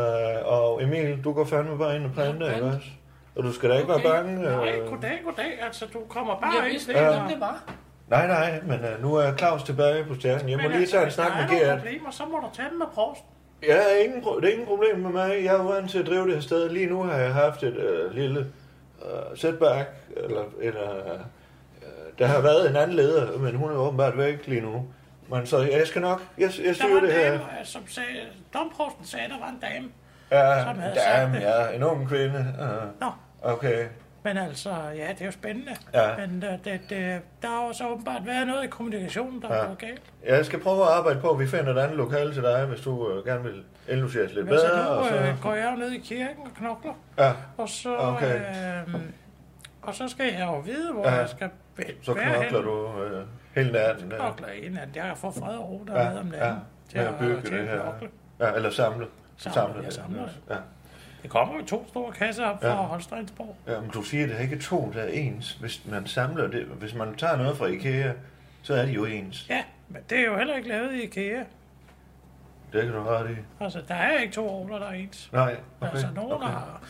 B: og Emil, du går fandme bare ind og planter, ikke også? Og du skal da ikke være bange.
H: Nej,
B: øh.
H: goddag, goddag. Altså, du kommer bare
I: Jeg
H: ind.
I: vidste
H: der.
I: ikke, om det var.
B: Nej, nej, men øh, nu er Claus tilbage på stjernen. Jeg må
H: Men
B: lige
H: altså,
B: tage en snak
H: hvis
B: med
H: Der er nogle
B: Gert.
H: problemer, så må du tage dem med prosten.
B: Ja, ingen pro- det er ingen problem med mig. Jeg er jo vant til at drive det her sted. Lige nu har jeg haft et øh, lille øh, setback, eller, eller øh, der har været en anden leder, men hun er åbenbart væk lige nu. Men så jeg skal nok, jeg, jeg
H: Der var
B: styrer
H: en
B: det her.
H: dame, øh, som sagde, domprovsten sagde, at der var en dame.
B: Ja,
H: Som havde sagt
B: dame,
H: det.
B: ja, en ung kvinde. Ja.
H: Nå,
B: Okay,
H: men altså, ja, det er jo spændende.
B: Ja.
H: Men uh, det, det, der har også åbenbart været noget i kommunikationen, der
B: Ja.
H: ja. var galt.
B: jeg skal prøve at arbejde på, at vi finder et andet lokale til dig, hvis du øh, gerne vil indluceres lidt
H: Men altså,
B: bedre.
H: nu
B: Og så,
H: øh, går jeg jo ned i kirken og knokler,
B: ja,
H: og så,
B: Okay.
H: øh, og så skal jeg jo vide, hvor
B: Ja.
H: ja. jeg skal væ-
B: så
H: være
B: knokler
H: henne.
B: du øh, hele natten. øh.
H: Knokler ind, at jeg får fred og ro
B: Ja,
H: dernede om
B: ja,
H: natten. til
B: med at bygge
H: til at
B: det her.
H: knokle.
B: Ja, eller samle.
H: Samle,
B: samle
H: ja,
B: det.
H: samle det.
B: Ja.
H: Det kommer jo to store kasser op fra
B: Ja.
H: ja. Holsteinsborg.
B: Ja, men du siger, det er ikke to, der er ens. Hvis man samler det, hvis man tager noget fra IKEA, så er de jo ens.
H: Ja, men det er jo heller ikke lavet i IKEA.
B: Det kan du ret i.
H: Altså, der er ikke to ovler, der er ens.
B: Nej,
H: Okay. Altså,
B: okay.
H: nogle okay. har...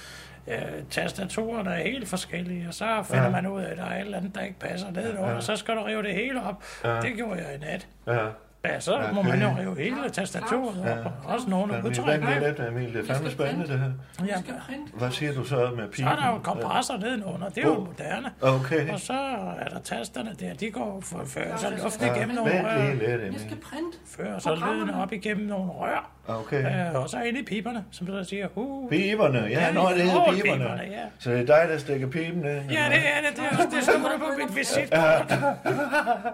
H: Øh, tastaturerne er helt forskellige, og så finder
B: Ja.
H: ja. man ud af, at der er et eller andet, der ikke passer nedenunder,
B: Ja.
H: ja. så skal du rive det hele op.
B: Ja.
H: Ja. Det gjorde jeg i nat.
B: Ja.
H: Ja, så
B: Ja,
H: ja, må
B: det-
H: man jo rive hele tastaturet op,
B: Ja.
H: og også nogle af
B: Men vi venter
H: udtrykkene.
B: lidt, Emil. Det er fandme spændende, det her.
H: Ja.
I: Skal printe.
B: Hvad siger du så med pigen?
H: Så er der jo kompressor nedenunder, det er jo moderne.
B: Oh. Okay.
H: Og så er der tasterne der, de går jo for, fører så
I: Ja,
H: luft
I: ja.
H: igennem nogle
B: Vent lige
H: rør,
B: lidt,
I: Jeg skal
B: Emil.
I: printe.
H: fører så lyden op igennem nogle rør,
B: Okay.
H: øh, og så ind i piberne, som så siger, uh,
B: Piberne. Ja,
H: Ja,
B: nå, det hedder
H: åh,
B: piberne.
H: piberne, ja.
B: Så det er dig, der stikker piben ind?
H: ja,
B: eller?
H: det er det, det, er- det står der på mit visit.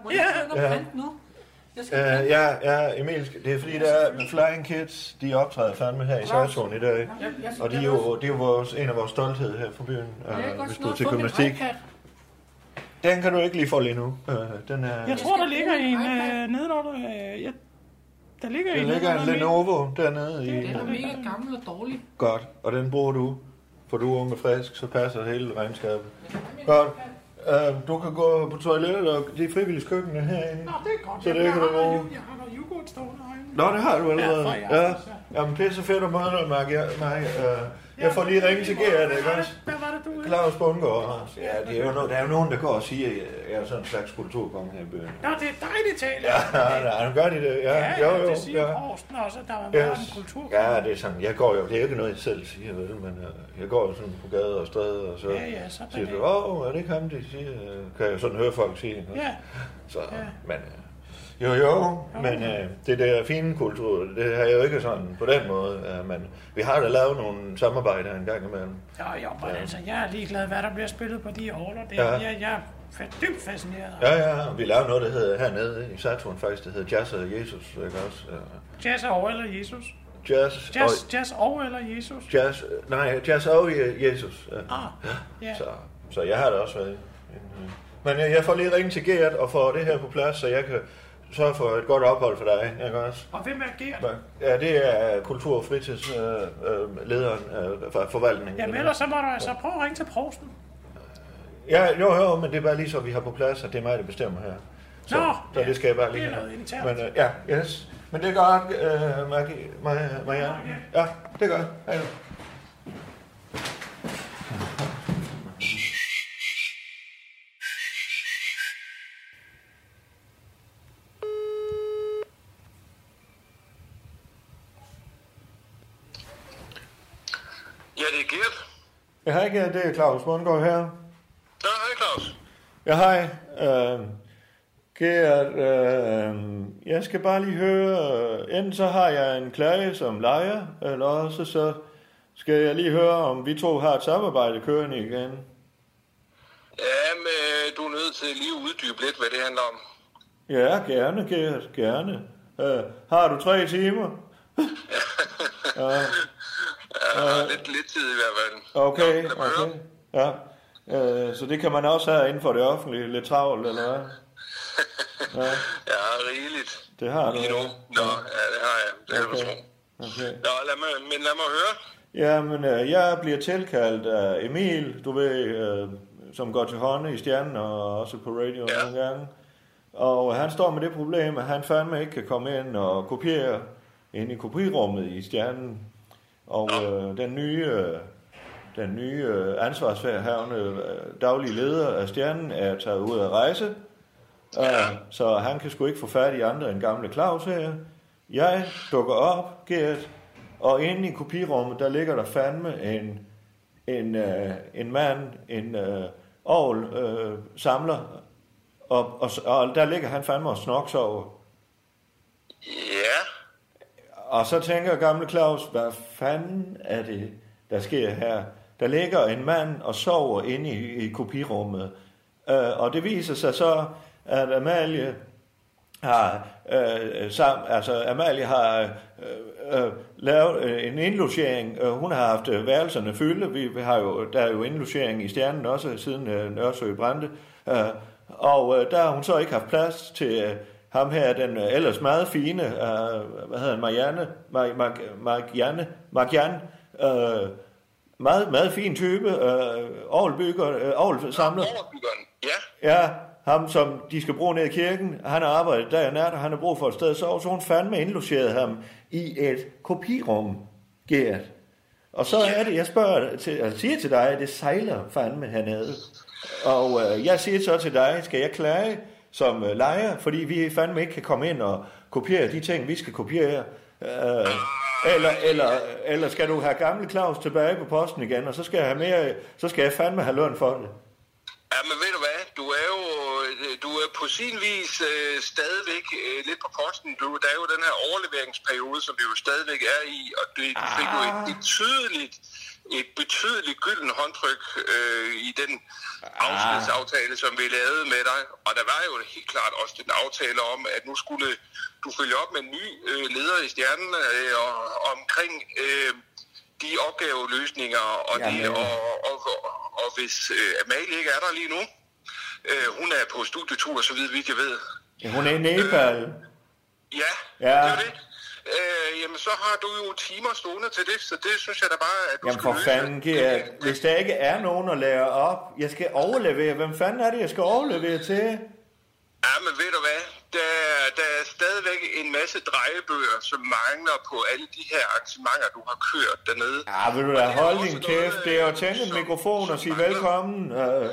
I: Må jeg ikke printe nu? Jeg skal printe.
B: Øh, ja, ja, Emil, det er fordi, der er Flying Kids, de optræder fandme her i Sørgsund i dag.
I: Jeg skal-
B: Og det er jo, det er jo vores, en af vores stolthed her på byen,
I: Jeg kan
B: øh,
I: godt
B: hvis du er
I: snart
B: til
I: få min
B: gymnastik.
I: iPad.
B: Den kan du ikke lige få lige nu. Øh, den er,
H: Jeg tror, der ligger en øh, nedenunder, øh, ja, der ligger
B: der ligger en
H: en nedenunder min.
B: Lenovo dernede i.
I: Den er mega gammel og dårlig.
B: Godt, og den bruger du, for du er ung og frisk, så passer hele regnskabet. Godt. Øh, du kan gå på toilettet, og det er frivilligt køkkenet herinde.
H: Nå, det er godt.
B: Så
H: Jeg-
B: det
H: jeg
B: kan
H: har
B: du
H: noget-
B: bruge.
H: Jeg har noget yoghurt stående herinde.
B: Nå, det har du allerede.
H: Ja, for i aften,
B: Jamen, det er så fedt at møde dig, Mark. Ja, Mark. Øh, Jeg får lige ringet til Gerhard, ikke også?
H: Hvad var det, du...
B: Claus Bundgaard. Ja, det er jo no- der er jo nogen, der går og siger, at jeg er sådan en slags kulturkonge her i byen.
H: Nå, det er dig, det taler.
B: Ja, ja, nu gør de det. Ja,
H: ja,
B: jo, jo,
H: det siger
B: ja.
H: Horsten også, at der var meget en
B: Yes.
H: kultur.
B: Ja, det er sådan. Jeg går jo, det er jo ikke noget, jeg selv siger, vel, men øh, jeg går jo sådan på gader og stræder, og så,
H: Ja, ja, så
B: siger
H: banalt.
B: du, åh, er det ikke ham, de siger? øh, Kan jeg jo sådan høre folk sige. ikke?
H: Ja.
B: Så, men, øh, jo, jo, men øh, det der fine kultur, det har jeg jo ikke sådan på den måde, øh, men vi har da lavet nogle samarbejder en gang imellem.
H: Jo, jo, men
B: Ja.
H: altså, jeg er ligeglad, hvad der bliver spillet på de order. Det,
B: Ja.
H: ja. jeg, jeg er fa- dybt fascineret.
B: Ja, ja, og vi lavede noget, der hedder hernede i Saturn faktisk, det hedder Jazz og Jesus, ikke også? Øh,
H: Jazz og eller Jesus.
B: Jazz,
H: Jazz,
B: og,
H: jazz og eller Jesus.
B: jazz, nej, Jazz og Jesus. Ja.
H: Ah, ja.
B: Så, så jeg har da også været en, øh. Men jeg, jeg får lige ringe til Gert og får det her på plads, så jeg kan sørge for et godt ophold for dig, ikke også?
H: Og hvem er Gert?
B: Ja, det er kultur- og fritidslederen øh, øh, lederen, øh, for forvaltningen.
H: Jamen ellers så må du altså prøve at ringe til Prosten.
B: Ja, jo, jo, men det er bare lige så, vi har på plads, og det er mig, der bestemmer her. Så,
H: Nå,
B: så det skal jeg bare lige
H: det er
B: have.
H: noget internt.
B: Men øh, ja, yes. Men det er godt, øh, Maggie, Maja, Maja. Ja, det er godt. Hej nu.
J: Ja, det er Gert.
B: Ja, hej Gert, øh, det er Claus Mundgaard her.
J: Nå, hej Claus.
B: Ja, hej. Øh, Gert, øh, jeg skal bare lige høre, øh, enten så har jeg en klage som lejer, eller også så skal jeg lige høre, om vi to har et samarbejde kørende igen.
J: Ja, men øh, du er nødt til lige at uddybe lidt, hvad det handler om.
B: Ja, gerne, Gert, gerne. Øh, har du tre timer? ja,
J: Ja, lidt, lidt tid i hvert fald.
B: okay, okay. Ja. Øh, så det kan man også have inden for det offentlige, lidt travlt, eller hvad? Ja,
J: Ja, rigeligt.
B: det har du.
J: Lige nu. Nå, ja, det har jeg. Det kan okay. du tro.
B: Okay.
J: Nå, lad mig, men lad mig høre.
B: Jamen, øh, jeg bliver tilkaldt af Emil, du ved, øh, som går til hånden i stjernen og også på radio ja. nogle gange. Og han står med det problem, at han fandme ikke kan komme ind og kopiere ind i kopirummet i stjernen. Og øh, den nye, øh, den nye øh, ansvarsfærhavne øh, daglige leder af stjernen er taget ud at rejse. Ja. Øhm, Så han kan sgu ikke få fat i andre end gamle Claus her. Jeg dukker op, Gert, og inde i kopirummet, der ligger der fandme en, en, øh, en mand, en øh, ovl, øh, samler, og, og, og der ligger han fandme og snoks over.
J: Ja,
B: Og så tænker gamle Claus, hvad fanden er det, der sker her? Der ligger en mand og sover inde i, i kopirummet. Øh, og det viser sig så, at Amalie har, øh, sam, altså Amalie har øh, øh, lavet øh, en indlogering. Øh, Hun har haft øh, værelserne fylde. Vi, vi har jo, der er jo indlogering i stjernen også, siden øh, Nørsø brændte. Øh, og øh, der har hun så ikke haft plads til øh, ham her, den øh, ellers meget fine, øh, hvad hedder han, Marianne, Mar- Mar- Marianne, Marianne, øh, meget, meget fin type, øh, Aarhusbygger, øh, Aarhussamler. Ja, ham som de skal bruge ned i kirken, han har arbejdet dag og nat, og han har brug for et sted at sove, så hun fandme indlogeret ham i et kopirum, Gert. Og så er det, jeg spørger til, jeg siger til dig, at det sejler fandme hernede. Og øh, jeg siger så til dig, skal jeg klage som øh, lejer, fordi vi fandme ikke kan komme ind og kopiere de ting, vi skal kopiere. Øh, eller, eller, eller skal du have gamle Claus tilbage på posten igen, og så skal jeg, have mere, så skal jeg fandme have løn for det.
J: ja men ved du hvad? Du er jo øh, du er på sin vis øh, stadigvæk øh, lidt på posten. Du, der er jo den her overleveringsperiode, som vi jo stadigvæk er i, og det, du fik jo et
A: Ah.
J: betydeligt et betydeligt gylden håndtryk øh, i den afskedsaftale, som vi lavede med dig. Og der var jo helt klart også den aftale om, at nu skulle du følge op med en ny øh, leder i stjernen øh, og, omkring øh, de opgaveløsninger og, det,
G: Jamen.
J: og, og, og, og hvis øh, Amalie ikke er der lige nu, øh, hun er på studietur, så vidt vi kan ved.
B: Ja, hun er i Nepal.
J: Ja,
B: Ja,
J: øh, jamen så har du jo timer stående til det, så det synes jeg da bare, at du
B: jamen
J: skal
B: for fanden, Gert. Hvis der ikke er nogen at lære op, jeg skal overlevere. Hvem fanden er det, jeg skal overlevere til?
J: Ja, men ved du hvad? Der, der er stadigvæk en masse drejebøger, som mangler på alle de her arrangementer, du har kørt dernede.
B: Ja, Ah, vil du da holde din kæft? Det er jo at tænde en mikrofon og sige velkommen. Øh,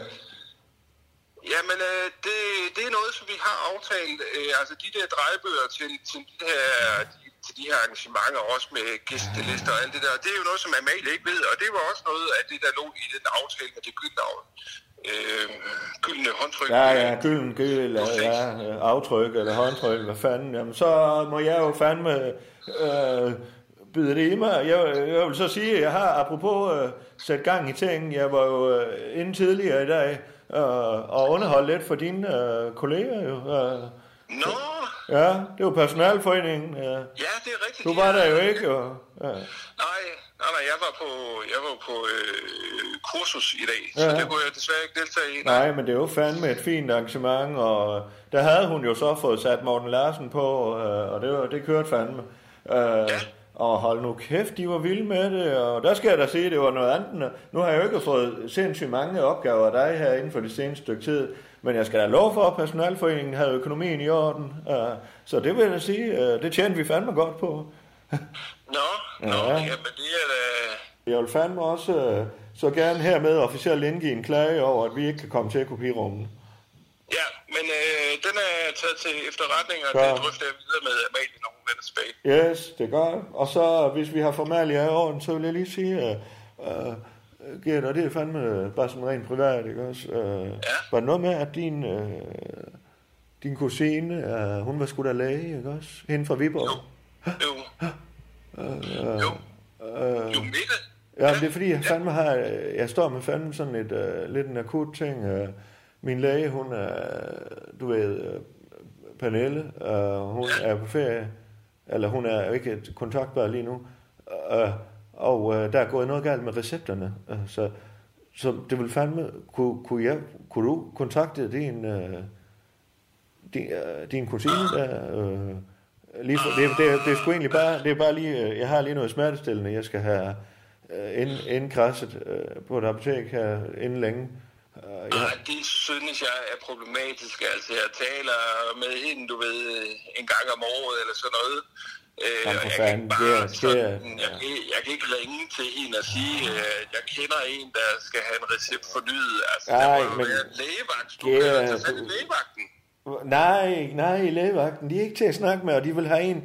J: Jamen, øh, det, det er noget, som vi har aftalt. Øh, altså, de der drejebøger til, til, de her, til de her arrangementer, også med gæstelister og alt det der, det er jo noget, som Amalie ikke ved, og det var også noget af det, der lå i den aftale med det gyldne, øh, gyldne håndtryk.
B: Ja, ja, gylden gyld, eller ja, øh, aftryk, eller håndtryk, hvad fanden. Jamen, så må jeg jo fandme øh, byde det i mig. Jeg, jeg vil så sige, at jeg har, apropos øh, sat gang i ting, jeg var jo øh, inde tidligere i dag øh, og underholdt lidt for dine øh, kolleger. Jo, øh.
J: Nå!
B: Ja, det var personalforeningen. Øh. Ja, det
J: er rigtigt.
B: Du var der jo øh. ikke, og... Ja.
J: Nej, nej, nej, jeg var på, jeg var på øh, kursus i dag, ja. så
B: Ja.
J: det kunne jeg desværre ikke deltage i.
B: Nej, men det er jo fandme et fint arrangement, og der havde hun jo så fået sat Morten Larsen på, øh, og det, var, det kørte fandme. Øh, og hold nu kæft, de var vilde med det, og der skal jeg da sige, det var noget andet. end- Nu har jeg jo ikke fået sindssygt mange opgaver af dig her inden for det seneste stykke tid, men jeg skal da love for, at personalforeningen havde økonomien i orden. Øh, så det vil jeg da sige, øh, det tjente vi fandme godt på. Nå, ja. nå,
J: jamen det er
B: da... Jeg vil fandme også øh, så gerne hermed officielt indgive en klage over, at vi ikke kan komme til kopirummet.
J: Ja, men øh, den er taget til efterretning, og
B: Ja.
J: det drøfter jeg videre med Amalie, når hun vender tilbage.
B: Yes, det gør jeg. Og så, hvis vi har formalia i orden, så vil jeg lige sige, at uh, Gert, og det er fandme øh, bare sådan rent privat, ikke også? Uh, ja. Var det noget med, at din, uh, din kusine, uh, hun var sgu da læge, ikke også? Hende fra Viborg? Jo. Jo. Uh, jo. Uh, jo, Mette. Ja, men det er fordi, jeg, fandme har, øh, jeg står med fandme sådan et, uh, lidt en akut ting. Uh, min læge, hun er, du ved, uh, Pernille, uh, hun er på ferie eller hun er jo ikke kontaktbar lige nu, øh, og øh, der er gået noget galt med recepterne, øh, så, så det ville fandme, kunne, kunne, jeg, kunne du kontakte din, øh, din, øh, din kusine der, øh, lige for, det, det, det er sgu egentlig bare, det er bare lige, øh, jeg har lige noget smertestillende, jeg skal have øh, ind, indkrasset øh, på et apotek her inden længe. Øh, jeg,
J: Ej, det synes jeg er problematisk. Altså, jeg taler med hende, du ved, en gang om året eller sådan noget. Øh,
B: Jamen,
J: og
B: for
J: jeg, kan
B: fanden,
J: ikke
B: det
J: bare,
B: er- altså- det
J: sådan,
B: er-
J: jeg, kan, jeg kan ikke ringe til hende og sige, øh, jeg kender en, der skal have en recept fornyet. Altså, der
B: Ej,
J: må jo
B: men-
J: være en lægevagt. Du
B: Det
J: kan
B: er-
J: altså tage lægevagten.
B: Nej, nej, lægevagten, de er ikke til at snakke med, og de vil have en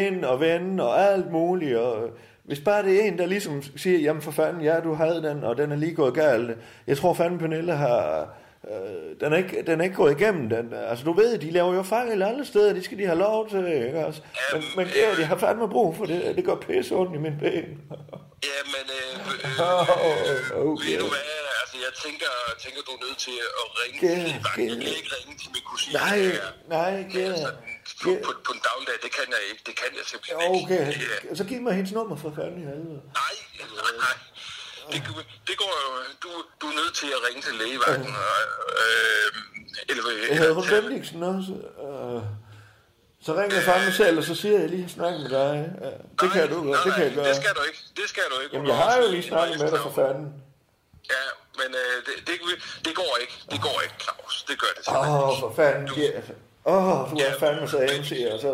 B: ind og vende og alt muligt. Og hvis bare det er en, der ligesom siger, jamen for fanden, ja, du havde den, og den er lige gået galt. Jeg tror fanden, Pernille har... Øh, den, er ikke, den er ikke gået igennem den. Altså, du ved, de laver jo fejl alle steder, det skal de have lov til, ikke også? Men, men
J: øh.
B: det er, de har fandme brug for det, det gør pisse ondt i mine ben.
J: Jamen, øh,
B: øh, øh,
J: ved du hvad? Altså, jeg tænker, tænker du er nødt til at ringe
B: Ja,
J: til lægevagten. Jeg
B: ja.
J: kan ikke ringe til min kusine.
B: Nej,
J: her Altså,
B: nej, Gerda.
J: På, på, på en dagligdag, det kan jeg ikke. Det kan jeg simpelthen ikke.
B: Okay,
J: Det er-
B: så giv mig hendes nummer for fanden i helvede.
J: Nej, det, det går jo... Du, du er nødt til at ringe til lægevagten. Og, øh, eller,
B: Jeg hedder hun Bendiksen også. Øh, så ringer jeg fandme selv, og så siger jeg, at jeg lige har snakket med dig. Ja, det kan du gøre, det kan jeg gøre.
J: Det skal du ikke. Det skal du ikke.
B: Jamen, jeg har jo lige snakket med dig for fanden.
J: Ja, men øh, det, det, kan vi- det, går ikke. Det går ikke, Claus. Det gør det
B: Åh,
J: simpelthen
B: oh,
J: ikke.
B: for fanden. Åh, oh, du er fandme så MC, og så...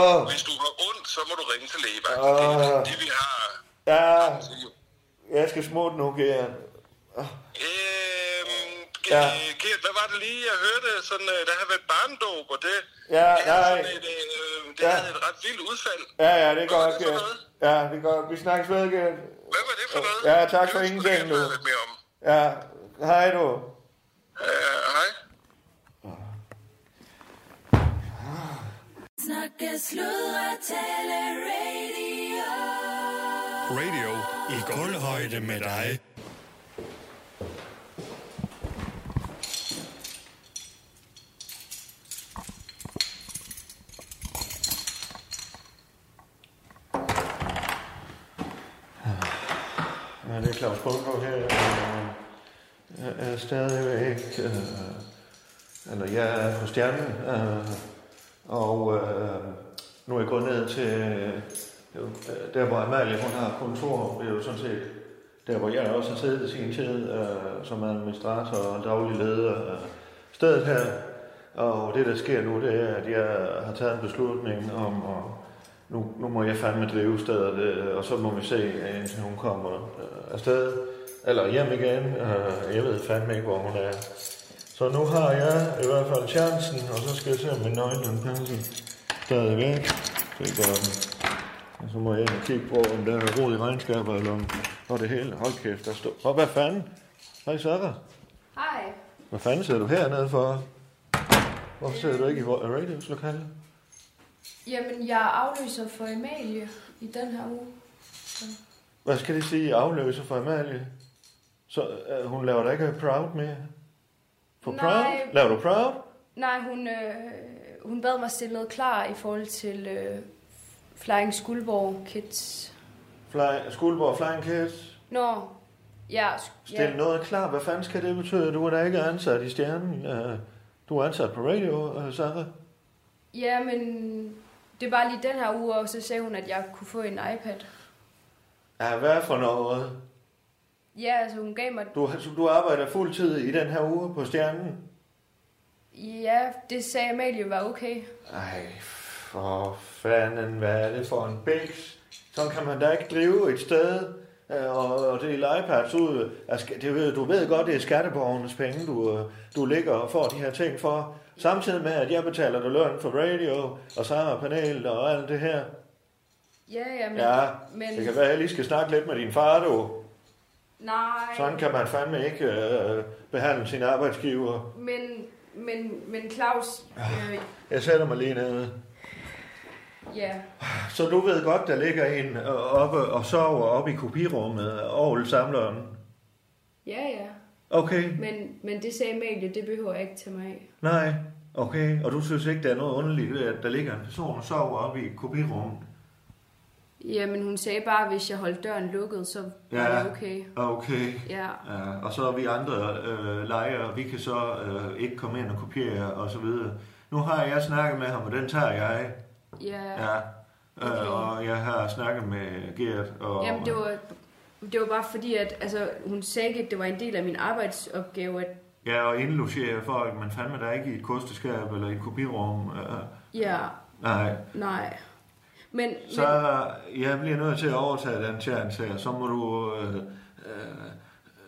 B: Åh,
J: Hvis du har ondt, så må du ringe til lægevagten. Det
B: åh.
J: er det, vi har.
B: Ja, jeg skal smutte nu, Gert. Ja,
J: Øh, Gert, hvad var det lige, jeg hørte? Sådan, øh, der har været barndåb, og det,
B: ja,
J: det,
B: nej.
J: havde sådan et, øh, det
B: Ja.
J: havde et ret vildt udfald.
B: Ja, ja, det er godt, Gert. Ja, det er godt. Vi snakkes ved, Gert. Hvad var det for noget? Ja, tak for ingenting, du. Ja, hej du.
J: Øh,
C: Snakke, sludre, tale, radio.
D: Radio i gulvhøjde med dig.
B: Ja, det er Claus Bundgaard her. og Jeg er stadigvæk... Øh, eller jeg er på stjernen. Øh, og øh, nu er jeg gået ned til... Øh, der, hvor Amalie hun har kontor, det er jo sådan set der, hvor jeg også har siddet i sin tid øh, som administrator og daglig leder. Øh, stedet her, Og det, der sker nu, det er, at jeg har taget en beslutning om, at nu, nu må jeg fandme drive stedet, øh, og så må vi se, indtil hun kommer øh, afsted, eller hjem igen. Øh, jeg ved fandme ikke, hvor hun er. Så nu har jeg i hvert fald chancen, og så skal jeg se, om min nøgle den passer stadigvæk. Det gør den. Og så må jeg ind og kigge på, om der er rod i regnskaber, eller om og det hele. Hold kæft, der står... Og hvad fanden? Hej, Sarah.
G: Hej.
B: Hvad fanden sidder du hernede for? Hvorfor sidder du ikke i vores radios lokale?
G: Jamen, jeg afløser for Emalie i den her uge. Så.
B: Hvad skal det sige, afløser for Amalie? Så øh, hun laver da ikke Proud mere? For
G: Nej.
B: Proud? Laver du Proud?
G: Nej, hun, øh, hun bad mig stille noget klar i forhold til øh, Flying Skuldborg Kids.
B: Fly, Skuldborg Flying Kids?
G: Nå, ja. sk-
B: Stil
G: ja.
B: noget klar. Hvad fanden skal det betyde? Du er da ikke ansat i stjernen. Øh, Du er ansat på radio, øh, Sarah.
G: Ja, men det var lige den her uge, og så sagde hun, at jeg kunne få en iPad.
B: Ja, hvad for noget?
G: Ja, altså hun gav mig...
B: Du, du arbejder fuldtid i den her uge på stjernen?
G: Ja, det sagde Amalie var okay.
B: Ej, for fanden, hvad er det for en bæks? Sådan kan man da ikke drive et sted øh, og, og dele iPads ud. af sk- Det, ved- du ved godt, det er skatteborgernes penge, du, øh, du ligger og får de her ting for. Samtidig med, at jeg betaler dig løn for radio og Sarah panelet og alt det her.
G: Ja, ja, men...
B: Ja,
G: men
B: det kan være, at jeg lige skal snakke lidt med din far, du.
G: Nej,
B: Sådan kan man fandme ikke øh, behandle sin arbejdsgiver.
G: men, men, men Claus... Øh,
B: Jeg sætter mig lige nede.
G: ja,
B: Så du ved godt, der ligger en øh, oppe og sover oppe i kopirummet og samleren.
G: ja, ja.
B: Okay,
G: Men, men det sagde Amalie, det behøver jeg ikke tage mig af.
B: nej, okay. Og du synes ikke, der er noget underligt ved, at der ligger en person og sover oppe i kopirummet?
G: Jamen, hun sagde bare, at hvis jeg holdt døren lukket, så var
B: Ja.
G: det okay.
B: Ah, Okay.
G: Ja.
B: Ja, og så er vi andre øh, lejere, vi kan så øh, ikke komme ind og kopiere og så videre. Nu har jeg snakket med ham, og den tager jeg.
G: Ja.
B: Ja. Øh, og jeg har snakket med Gert. Og,
G: Jamen, det var, det var bare fordi, at altså, hun sagde ikke, at det var en del af min arbejdsopgave. At,
B: Ja, og indlogerer folk, men fandme da ikke i et kosteskab eller i et kopirum. Øh,
G: ja,
B: nej.
G: nej. Men,
B: Så jeg bliver nødt til at overtage den chance her. Så må du... Øh, øh,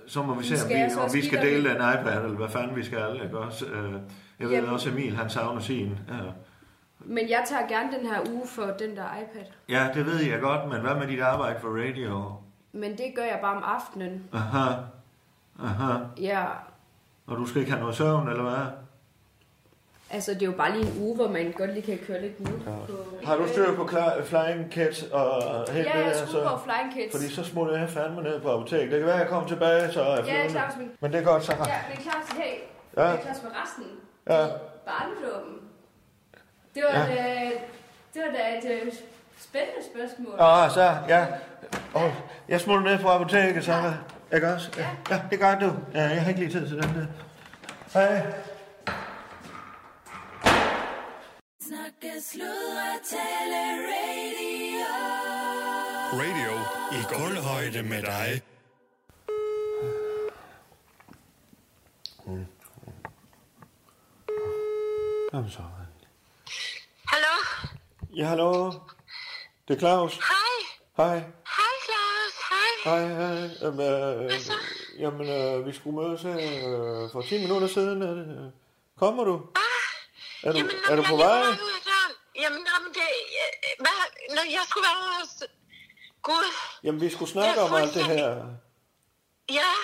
B: så må vi se, om
G: Skal jeg så
B: vi, om vi
G: også
B: skal
G: give dig
B: dele den iPad, eller hvad fanden vi skal. Ikke? Også, øh, jeg ved
G: Jamen.
B: også, Emil han savner sin. Ja.
G: men, men jeg tager gerne den her uge for den der iPad.
B: ja, det ved jeg godt, men hvad med dit arbejde for radio?
G: Men det gør jeg bare om aftenen.
B: Aha, aha.
G: Ja,
B: Og du skal ikke have noget søvn, eller hvad?
G: altså det er jo bare lige en uge, hvor man godt lige kan køre lidt nu.
B: Har du styr på klar, Flying Cats og helt
G: Ja,
B: det
G: jeg
B: der,
G: skulle på Flying Kids.
B: Fordi så smutter jeg fandme ned på apoteket. Det kan være, jeg kommer tilbage, så er jeg
G: Ja,
B: flyvende.
G: Claus, men-
B: Men det er godt, så
G: Ja, men Claus, hey.
B: Ja.
G: Ja. Claus med resten.
B: Ja.
G: Barndommen. Det var,
B: Ja.
G: ja. et, øh, det var da et øh, spændende spørgsmål.
B: Ah, så, ja. Og jeg smutter ned på apoteket, så ja. Ikke også? Ja. ja, det gør du. Ja, jeg har ikke lige tid til den der. Hej.
C: Snakke, sludre, tale, radio.
D: Radio i gulvhøjde med dig.
B: Mm. Jamen så.
A: Hallo?
B: Ja, hallo. Det er Claus.
A: Hej.
B: Hej.
A: Hej, Claus. Hej.
B: Hej, hej. Jamen, øh, jamen øh, vi skulle mødes her øh, for 10 minutter siden. Er det, øh, kommer du? Er du, er
A: Ah, Jeg er
B: du på vej?
A: lige på vej ud af døren. Jamen, jamen det, øh, hvad, når jeg skulle være hos... Gud,
B: Jamen, vi skulle snakke om alt det her.
A: ja.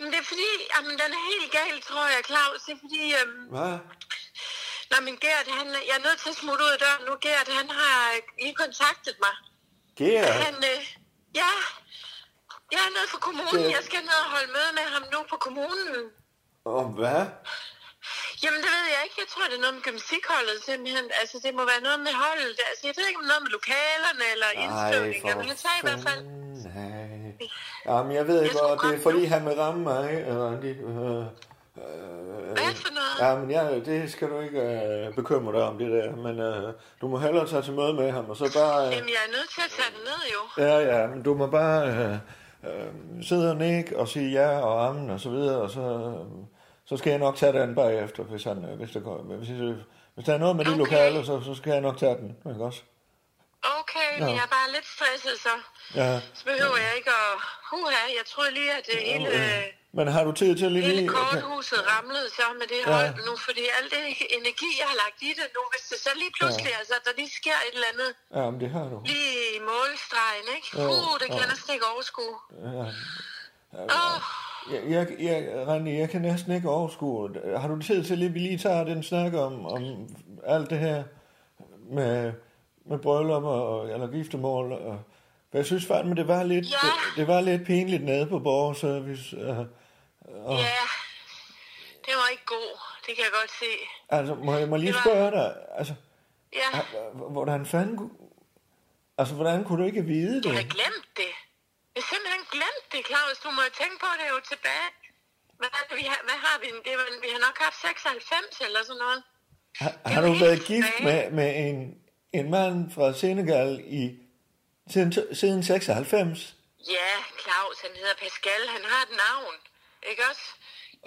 A: Men det er fordi, jamen, den er helt gal, tror jeg, Claus. Det er fordi, øhm,
B: Hvad?
A: når min Gert, han, jeg er nødt til at smutte ud af døren nu. Gert, han har lige kontaktet mig.
B: Gert?
A: Han, øh, ja, jeg er nede for kommunen.
B: Gert.
A: Jeg skal ned og holde møde med ham nu på kommunen.
B: Om hvad?
A: Jamen, det ved jeg ikke. Jeg tror, det er noget med gymnastikholdet, simpelthen. Altså, det må være noget med holdet. Altså, jeg ved ikke, om noget med lokalerne eller indskrivninger, men han sagde i hvert fald...
B: Nej. Jamen, jeg ved ikke, hvor det er, fordi han vil ramme mig. Eller, de, øh, øh, Hvad
A: for noget?
B: Jamen, jeg, det skal du ikke øh, bekymre dig om, det der. Men øh, du må hellere tage til møde med ham, og så bare... Øh,
A: Jamen, jeg er nødt til at tage den ned, jo.
B: ja, ja, men du må bare øh, øh, sidde og nikke og sige ja og amen og så videre, og så, øh, så skal jeg nok tage den bagefter, hvis, han, øh, hvis, der, kommer- hvis, øh, hvis der er noget med de lokale, så, så skal jeg nok tage den, ikke også?
A: Okay, men
B: Ja.
A: jeg er bare lidt stresset, så,
B: Ja.
A: så behøver jeg ikke at... Huha, jeg troede lige, at det hele, øh,
B: Men har du tid til lige...
A: hele
B: lige-
A: korthuset ramlede så med det
B: Ja.
A: hold nu, fordi al den energi, jeg har lagt i det nu, hvis det så lige pludselig, altså, der lige sker et eller andet
B: Ja, men det har du.
A: lige i målstregen, ikke?
B: Jo,
A: Uh, det kan
B: jo.
A: jeg næsten ikke overskue.
B: Ja. Jeg, jeg, jeg, Randi, jeg kan næsten ikke overskue det. Har du tid til, at vi lige tager den snak om, om alt det her med, med bryllup og, eller giftermål? Og, for jeg synes fandme, det var lidt, det, det var lidt pinligt nede på borgerservice. Øh, Og, og,
A: Ja, det var ikke god, det kan jeg godt se.
B: Altså, må jeg må jeg lige spørge dig, altså,
A: Ja,
B: h- h- hvordan fanden... ku- Altså, hvordan kunne du ikke vide
A: jeg har
B: det?
A: glemt det. Jeg har simpelthen glemt det, Claus. Du må jo tænke på det jo tilbage. Hvad, er det, vi har, hvad har vi? Det var, vi har nok haft 96 eller sådan noget.
B: Har, har du været gift med, med en, en mand fra Senegal i siden, to- siden 96?
A: Ja, Claus, han hedder Pascal. Han har et navn, ikke også?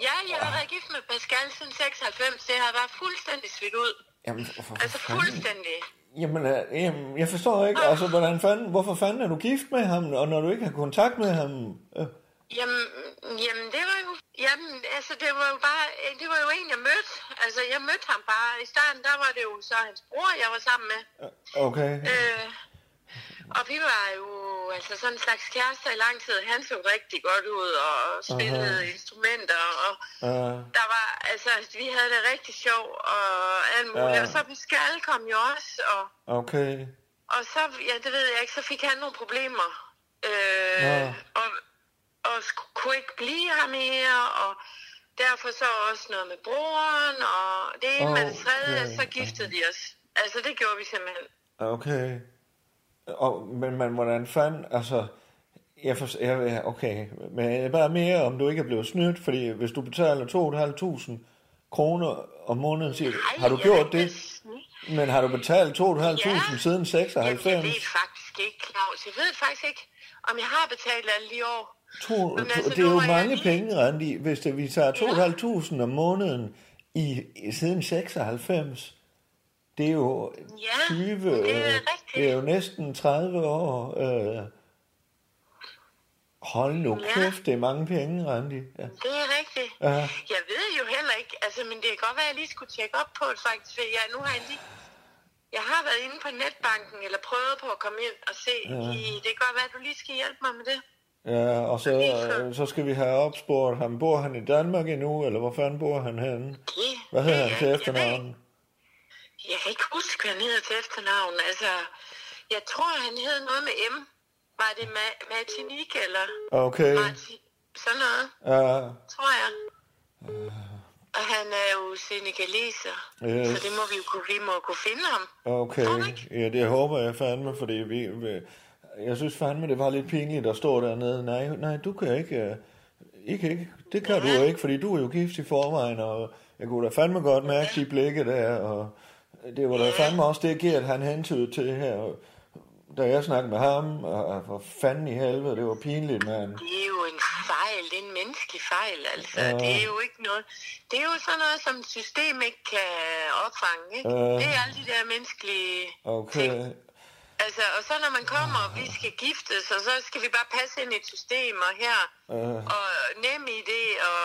A: Ja, jeg har været gift med Pascal siden 96. Det har været fuldstændig svidt ud.
B: Jamen, for, for
A: Altså fuldstændig.
B: Jamen, øh, jamen, jeg forstår ikke, altså, hvordan fanden, hvorfor fanden er du gift med ham, og når du ikke har kontakt med ham? Øh,
A: Jamen, jamen, det var jo, jamen, altså, det var jo bare, det var jo en, jeg mødte. Altså, jeg mødte ham bare. I starten, der var det jo så hans bror, jeg var sammen med.
B: Okay.
A: Øh, og vi var jo altså sådan en slags kærester i lang tid. Han så rigtig godt ud og spillede
B: Aha.
A: instrumenter. Og
B: Øh,
A: der var, altså, vi havde det rigtig sjovt og alt muligt.
B: Ja.
A: Og så Pascal kom jo også, og,
B: okay.
A: og så, ja, det ved jeg ikke, så fik han nogle problemer. Øh,
B: Nå.
A: og, og sk- kunne ikke blive her mere, og derfor så også noget med broren, og det ene med det tredje,
B: Okay.
A: så giftede vi os. Altså, det gjorde vi simpelthen.
B: Okay. Øh, Og, men, men hvordan fanden, altså... Jeg for, jeg, jeg- okay, men jeg er bare mere, om du ikke er blevet snydt, fordi hvis du betaler 2.500 kroner om måneden, siger, du, har du gjort det? Men har du betalt 2.500 ja. siden
A: Jeg
B: 96?
A: ved faktisk ikke, Claus. Jeg ved faktisk ikke, om jeg har betalt alle de år.
B: To,
A: Men
B: to,
A: altså,
B: det er
A: nu
B: jo
A: har jeg
B: mange penge, Randi, hvis det, vi tager 2.500 om måneden i, i, siden 96. Det er jo 20, det er, det er jo næsten 30 år. Øh. Hold nu
A: Ja.
B: kæft, det er mange penge, Randi. Ja.
A: Det er rigtigt.
B: Ja.
A: Jeg ved jo heller ikke, altså, men det kan godt være, at jeg lige skulle tjekke op på det faktisk, for jeg, nu har jeg lige... Jeg har været inde på netbanken, eller prøvet på at komme ind og se.
B: Ja.
A: I, det kan godt være, at du lige skal hjælpe mig med det.
B: Ja, og så, øh, så skal vi have opspurgt ham. Bor han i Danmark endnu, eller hvor fanden bor han henne? Hvad hedder han til efternavn?
A: Jeg kan ikke huske, hvad han hedder til efternavn. Altså, jeg tror, han hed noget med M. Var det Ma- Martinique, eller
B: Okay.
A: sådan noget,
B: Ja,
A: tror jeg. Og han er jo senegaleser,
B: Yes.
A: så det må vi jo kunne, vi må jo kunne finde ham.
B: Okay, ja, det håber jeg fandme, fordi vi, vi, jeg synes fandme, det var lidt pinligt at stå dernede. Nej, nej, du kan ikke, øh, I kan ikke, det kan du jo ikke, fordi du er jo gift i forvejen, og jeg kunne da fandme godt mærke de blikke der, og det var da fandme også det, Gert han hentydede til her, da jeg snakkede med ham, og, og for fanden i helvede, det var pinligt, mand.
A: Det er jo en fejl, det er en menneskelig fejl, altså.
B: Ja.
A: Det er jo ikke noget... Det er jo sådan noget, som et system ikke kan opfange, ikke?
B: Ja.
A: Det er alle de der menneskelige...
B: Okay,
A: Altså, og så når man kommer, og vi skal giftes, og så skal vi bare passe ind i et system, og her,
B: øh,
A: og nem idé, og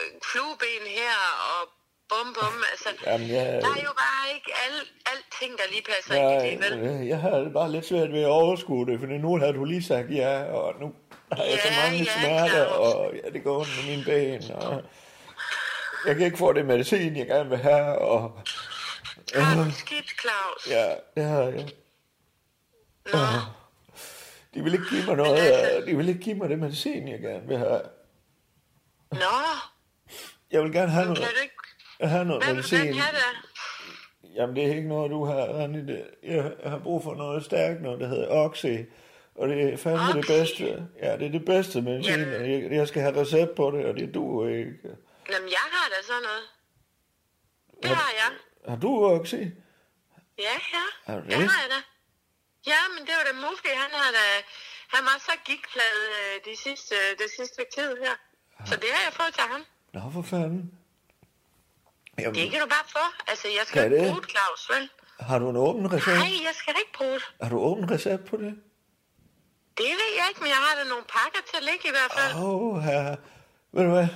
A: øh, flueben her, og bum bum, altså...
B: Jamen, jeg-
A: Der er jo bare ikke alle, alting, der lige passer ind i det,
B: nej,
A: vel?
B: øh, jeg havde det bare lidt svært ved at overskue det, for nu havde du lige sagt ja, og nu har jeg så mange smerter, og ja, det går ondt med mine ben, og jeg kan ikke få det medicin, jeg gerne vil have, og... Øh,
A: Skidt, Claus.
B: ja, det har jeg. Øh, De vil ikke give mig noget, øh, de vil ikke give mig det medicin, jeg gerne vil have.
A: Nå,
B: Jeg vil gerne have noget,
A: kan du ikke...
B: have noget
A: Hvad vil du
B: medicin.
A: gerne have da?
B: Jamen, det er ikke noget, du har, Rani. Det- Jeg har brug for noget stærkt, noget, der hedder Oxy. Og det er fandme det bedste. Ja, det er det bedste medicin. og Jeg, jeg skal have recept på det, og det du ikke.
A: Jamen, jeg har da sådan noget. Det har jeg.
B: Har du Oxy?
A: Ja, ja.
B: Har du
A: Det
B: det?
A: har jeg da. Ja, men det var da Mufi, han har da... Han var så gigplad øh, de sidste, øh, det sidste stykke tid her. Så det har jeg fået til ham.
B: Nå, for fanden.
A: Jamen. Det kan du bare få. Altså, jeg skal
B: Kan
A: jo ikke
B: det?
A: bruge det, Claus, vel?
B: Har du en åben recept?
A: Nej, jeg skal da ikke bruge det.
B: Har du åben recept på det?
A: Det ved jeg ikke, men jeg har da nogle pakker til at ligge i hvert fald.
B: Åh, oh, her. Ved du hvad?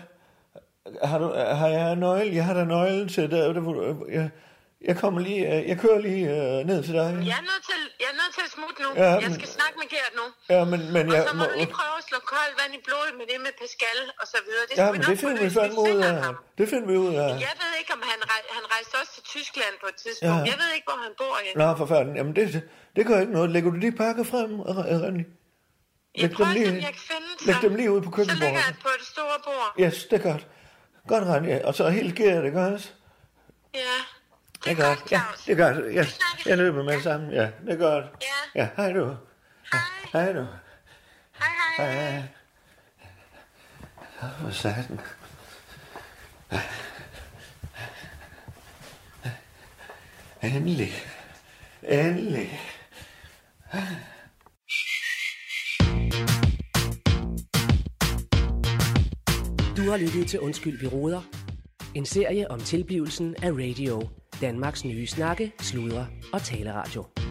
B: Har, du, har jeg nøglen? Jeg har da nøglen til der. der hvor- jeg, jeg kommer lige, øh, jeg kører lige øh, ned til dig.
A: Jeg er nødt til, jeg er nødt til at smutte nu.
B: Ja,
A: jeg
B: men-
A: skal snakke med Gert nu.
B: Ja, men, men
A: og
B: jeg
A: så må, du lige prøve at slå koldt vand i blodet med det med Pascal og så videre. Det skal
B: Ja, men
A: nok
B: det
A: få
B: finder vi
A: løst.
B: fandme ud af. Det finder vi ud af.
A: Jeg ved ikke, om han, rej, han rejste også til Tyskland på et tidspunkt.
B: Ja.
A: Ja. Jeg ved ikke, hvor han bor henne.
B: Nå, for fanden. Jamen, det, det gør ikke noget. Lægger du de pakker frem, R- René?
A: Jeg prøver, om jeg kan finde
B: læg
A: så.
B: dem lige ud på
A: Så ligger han
B: køkkenbordet.
A: på et stort bord.
B: Yes, det er godt. Godt, René. Og så helt gæret, det gør også?
A: Ja.
B: Det er godt, ja, det er godt. Ja. Jeg løber med det samme, ja, det er godt. Ja. ja hej du. Hej. Hej du. Hej, hej. Hej, Hvor satan. Endelig. Endelig.
K: Du har lyttet til Undskyld, vi råder. En serie om tilblivelsen af radio. Danmarks nye snakke, sludre og taleradio.